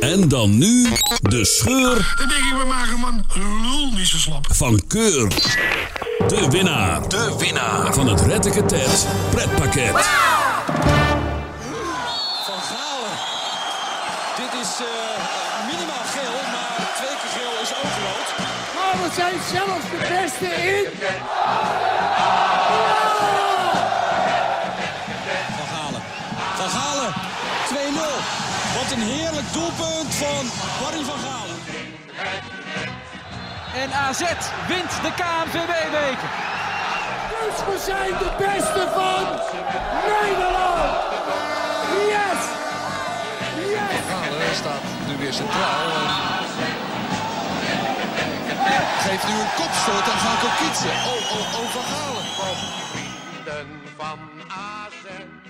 Speaker 7: En dan nu de scheur
Speaker 8: Dan denk ik, we maken man lul niet zo slap.
Speaker 7: van keur. De winnaar. De winnaar van het Retteke Ted pretpakket.
Speaker 1: Van Galen. Dit is eh, minimaal geel, maar twee keer geel is ook rood.
Speaker 2: Maar we zijn zelfs de beste in.
Speaker 1: Van Galen. Van Galen. 2-0. Wat een heerlijk doelpunt van Barry van Galen.
Speaker 3: En AZ wint de KNVB-beker.
Speaker 2: Dus we zijn de beste van Nederland. Yes. Yes.
Speaker 4: Galen staat nu weer centraal. en Geeft nu een kopstoot aan Gakokitse. Oh, oh, oh, Van Galen.
Speaker 9: vrienden van AZ.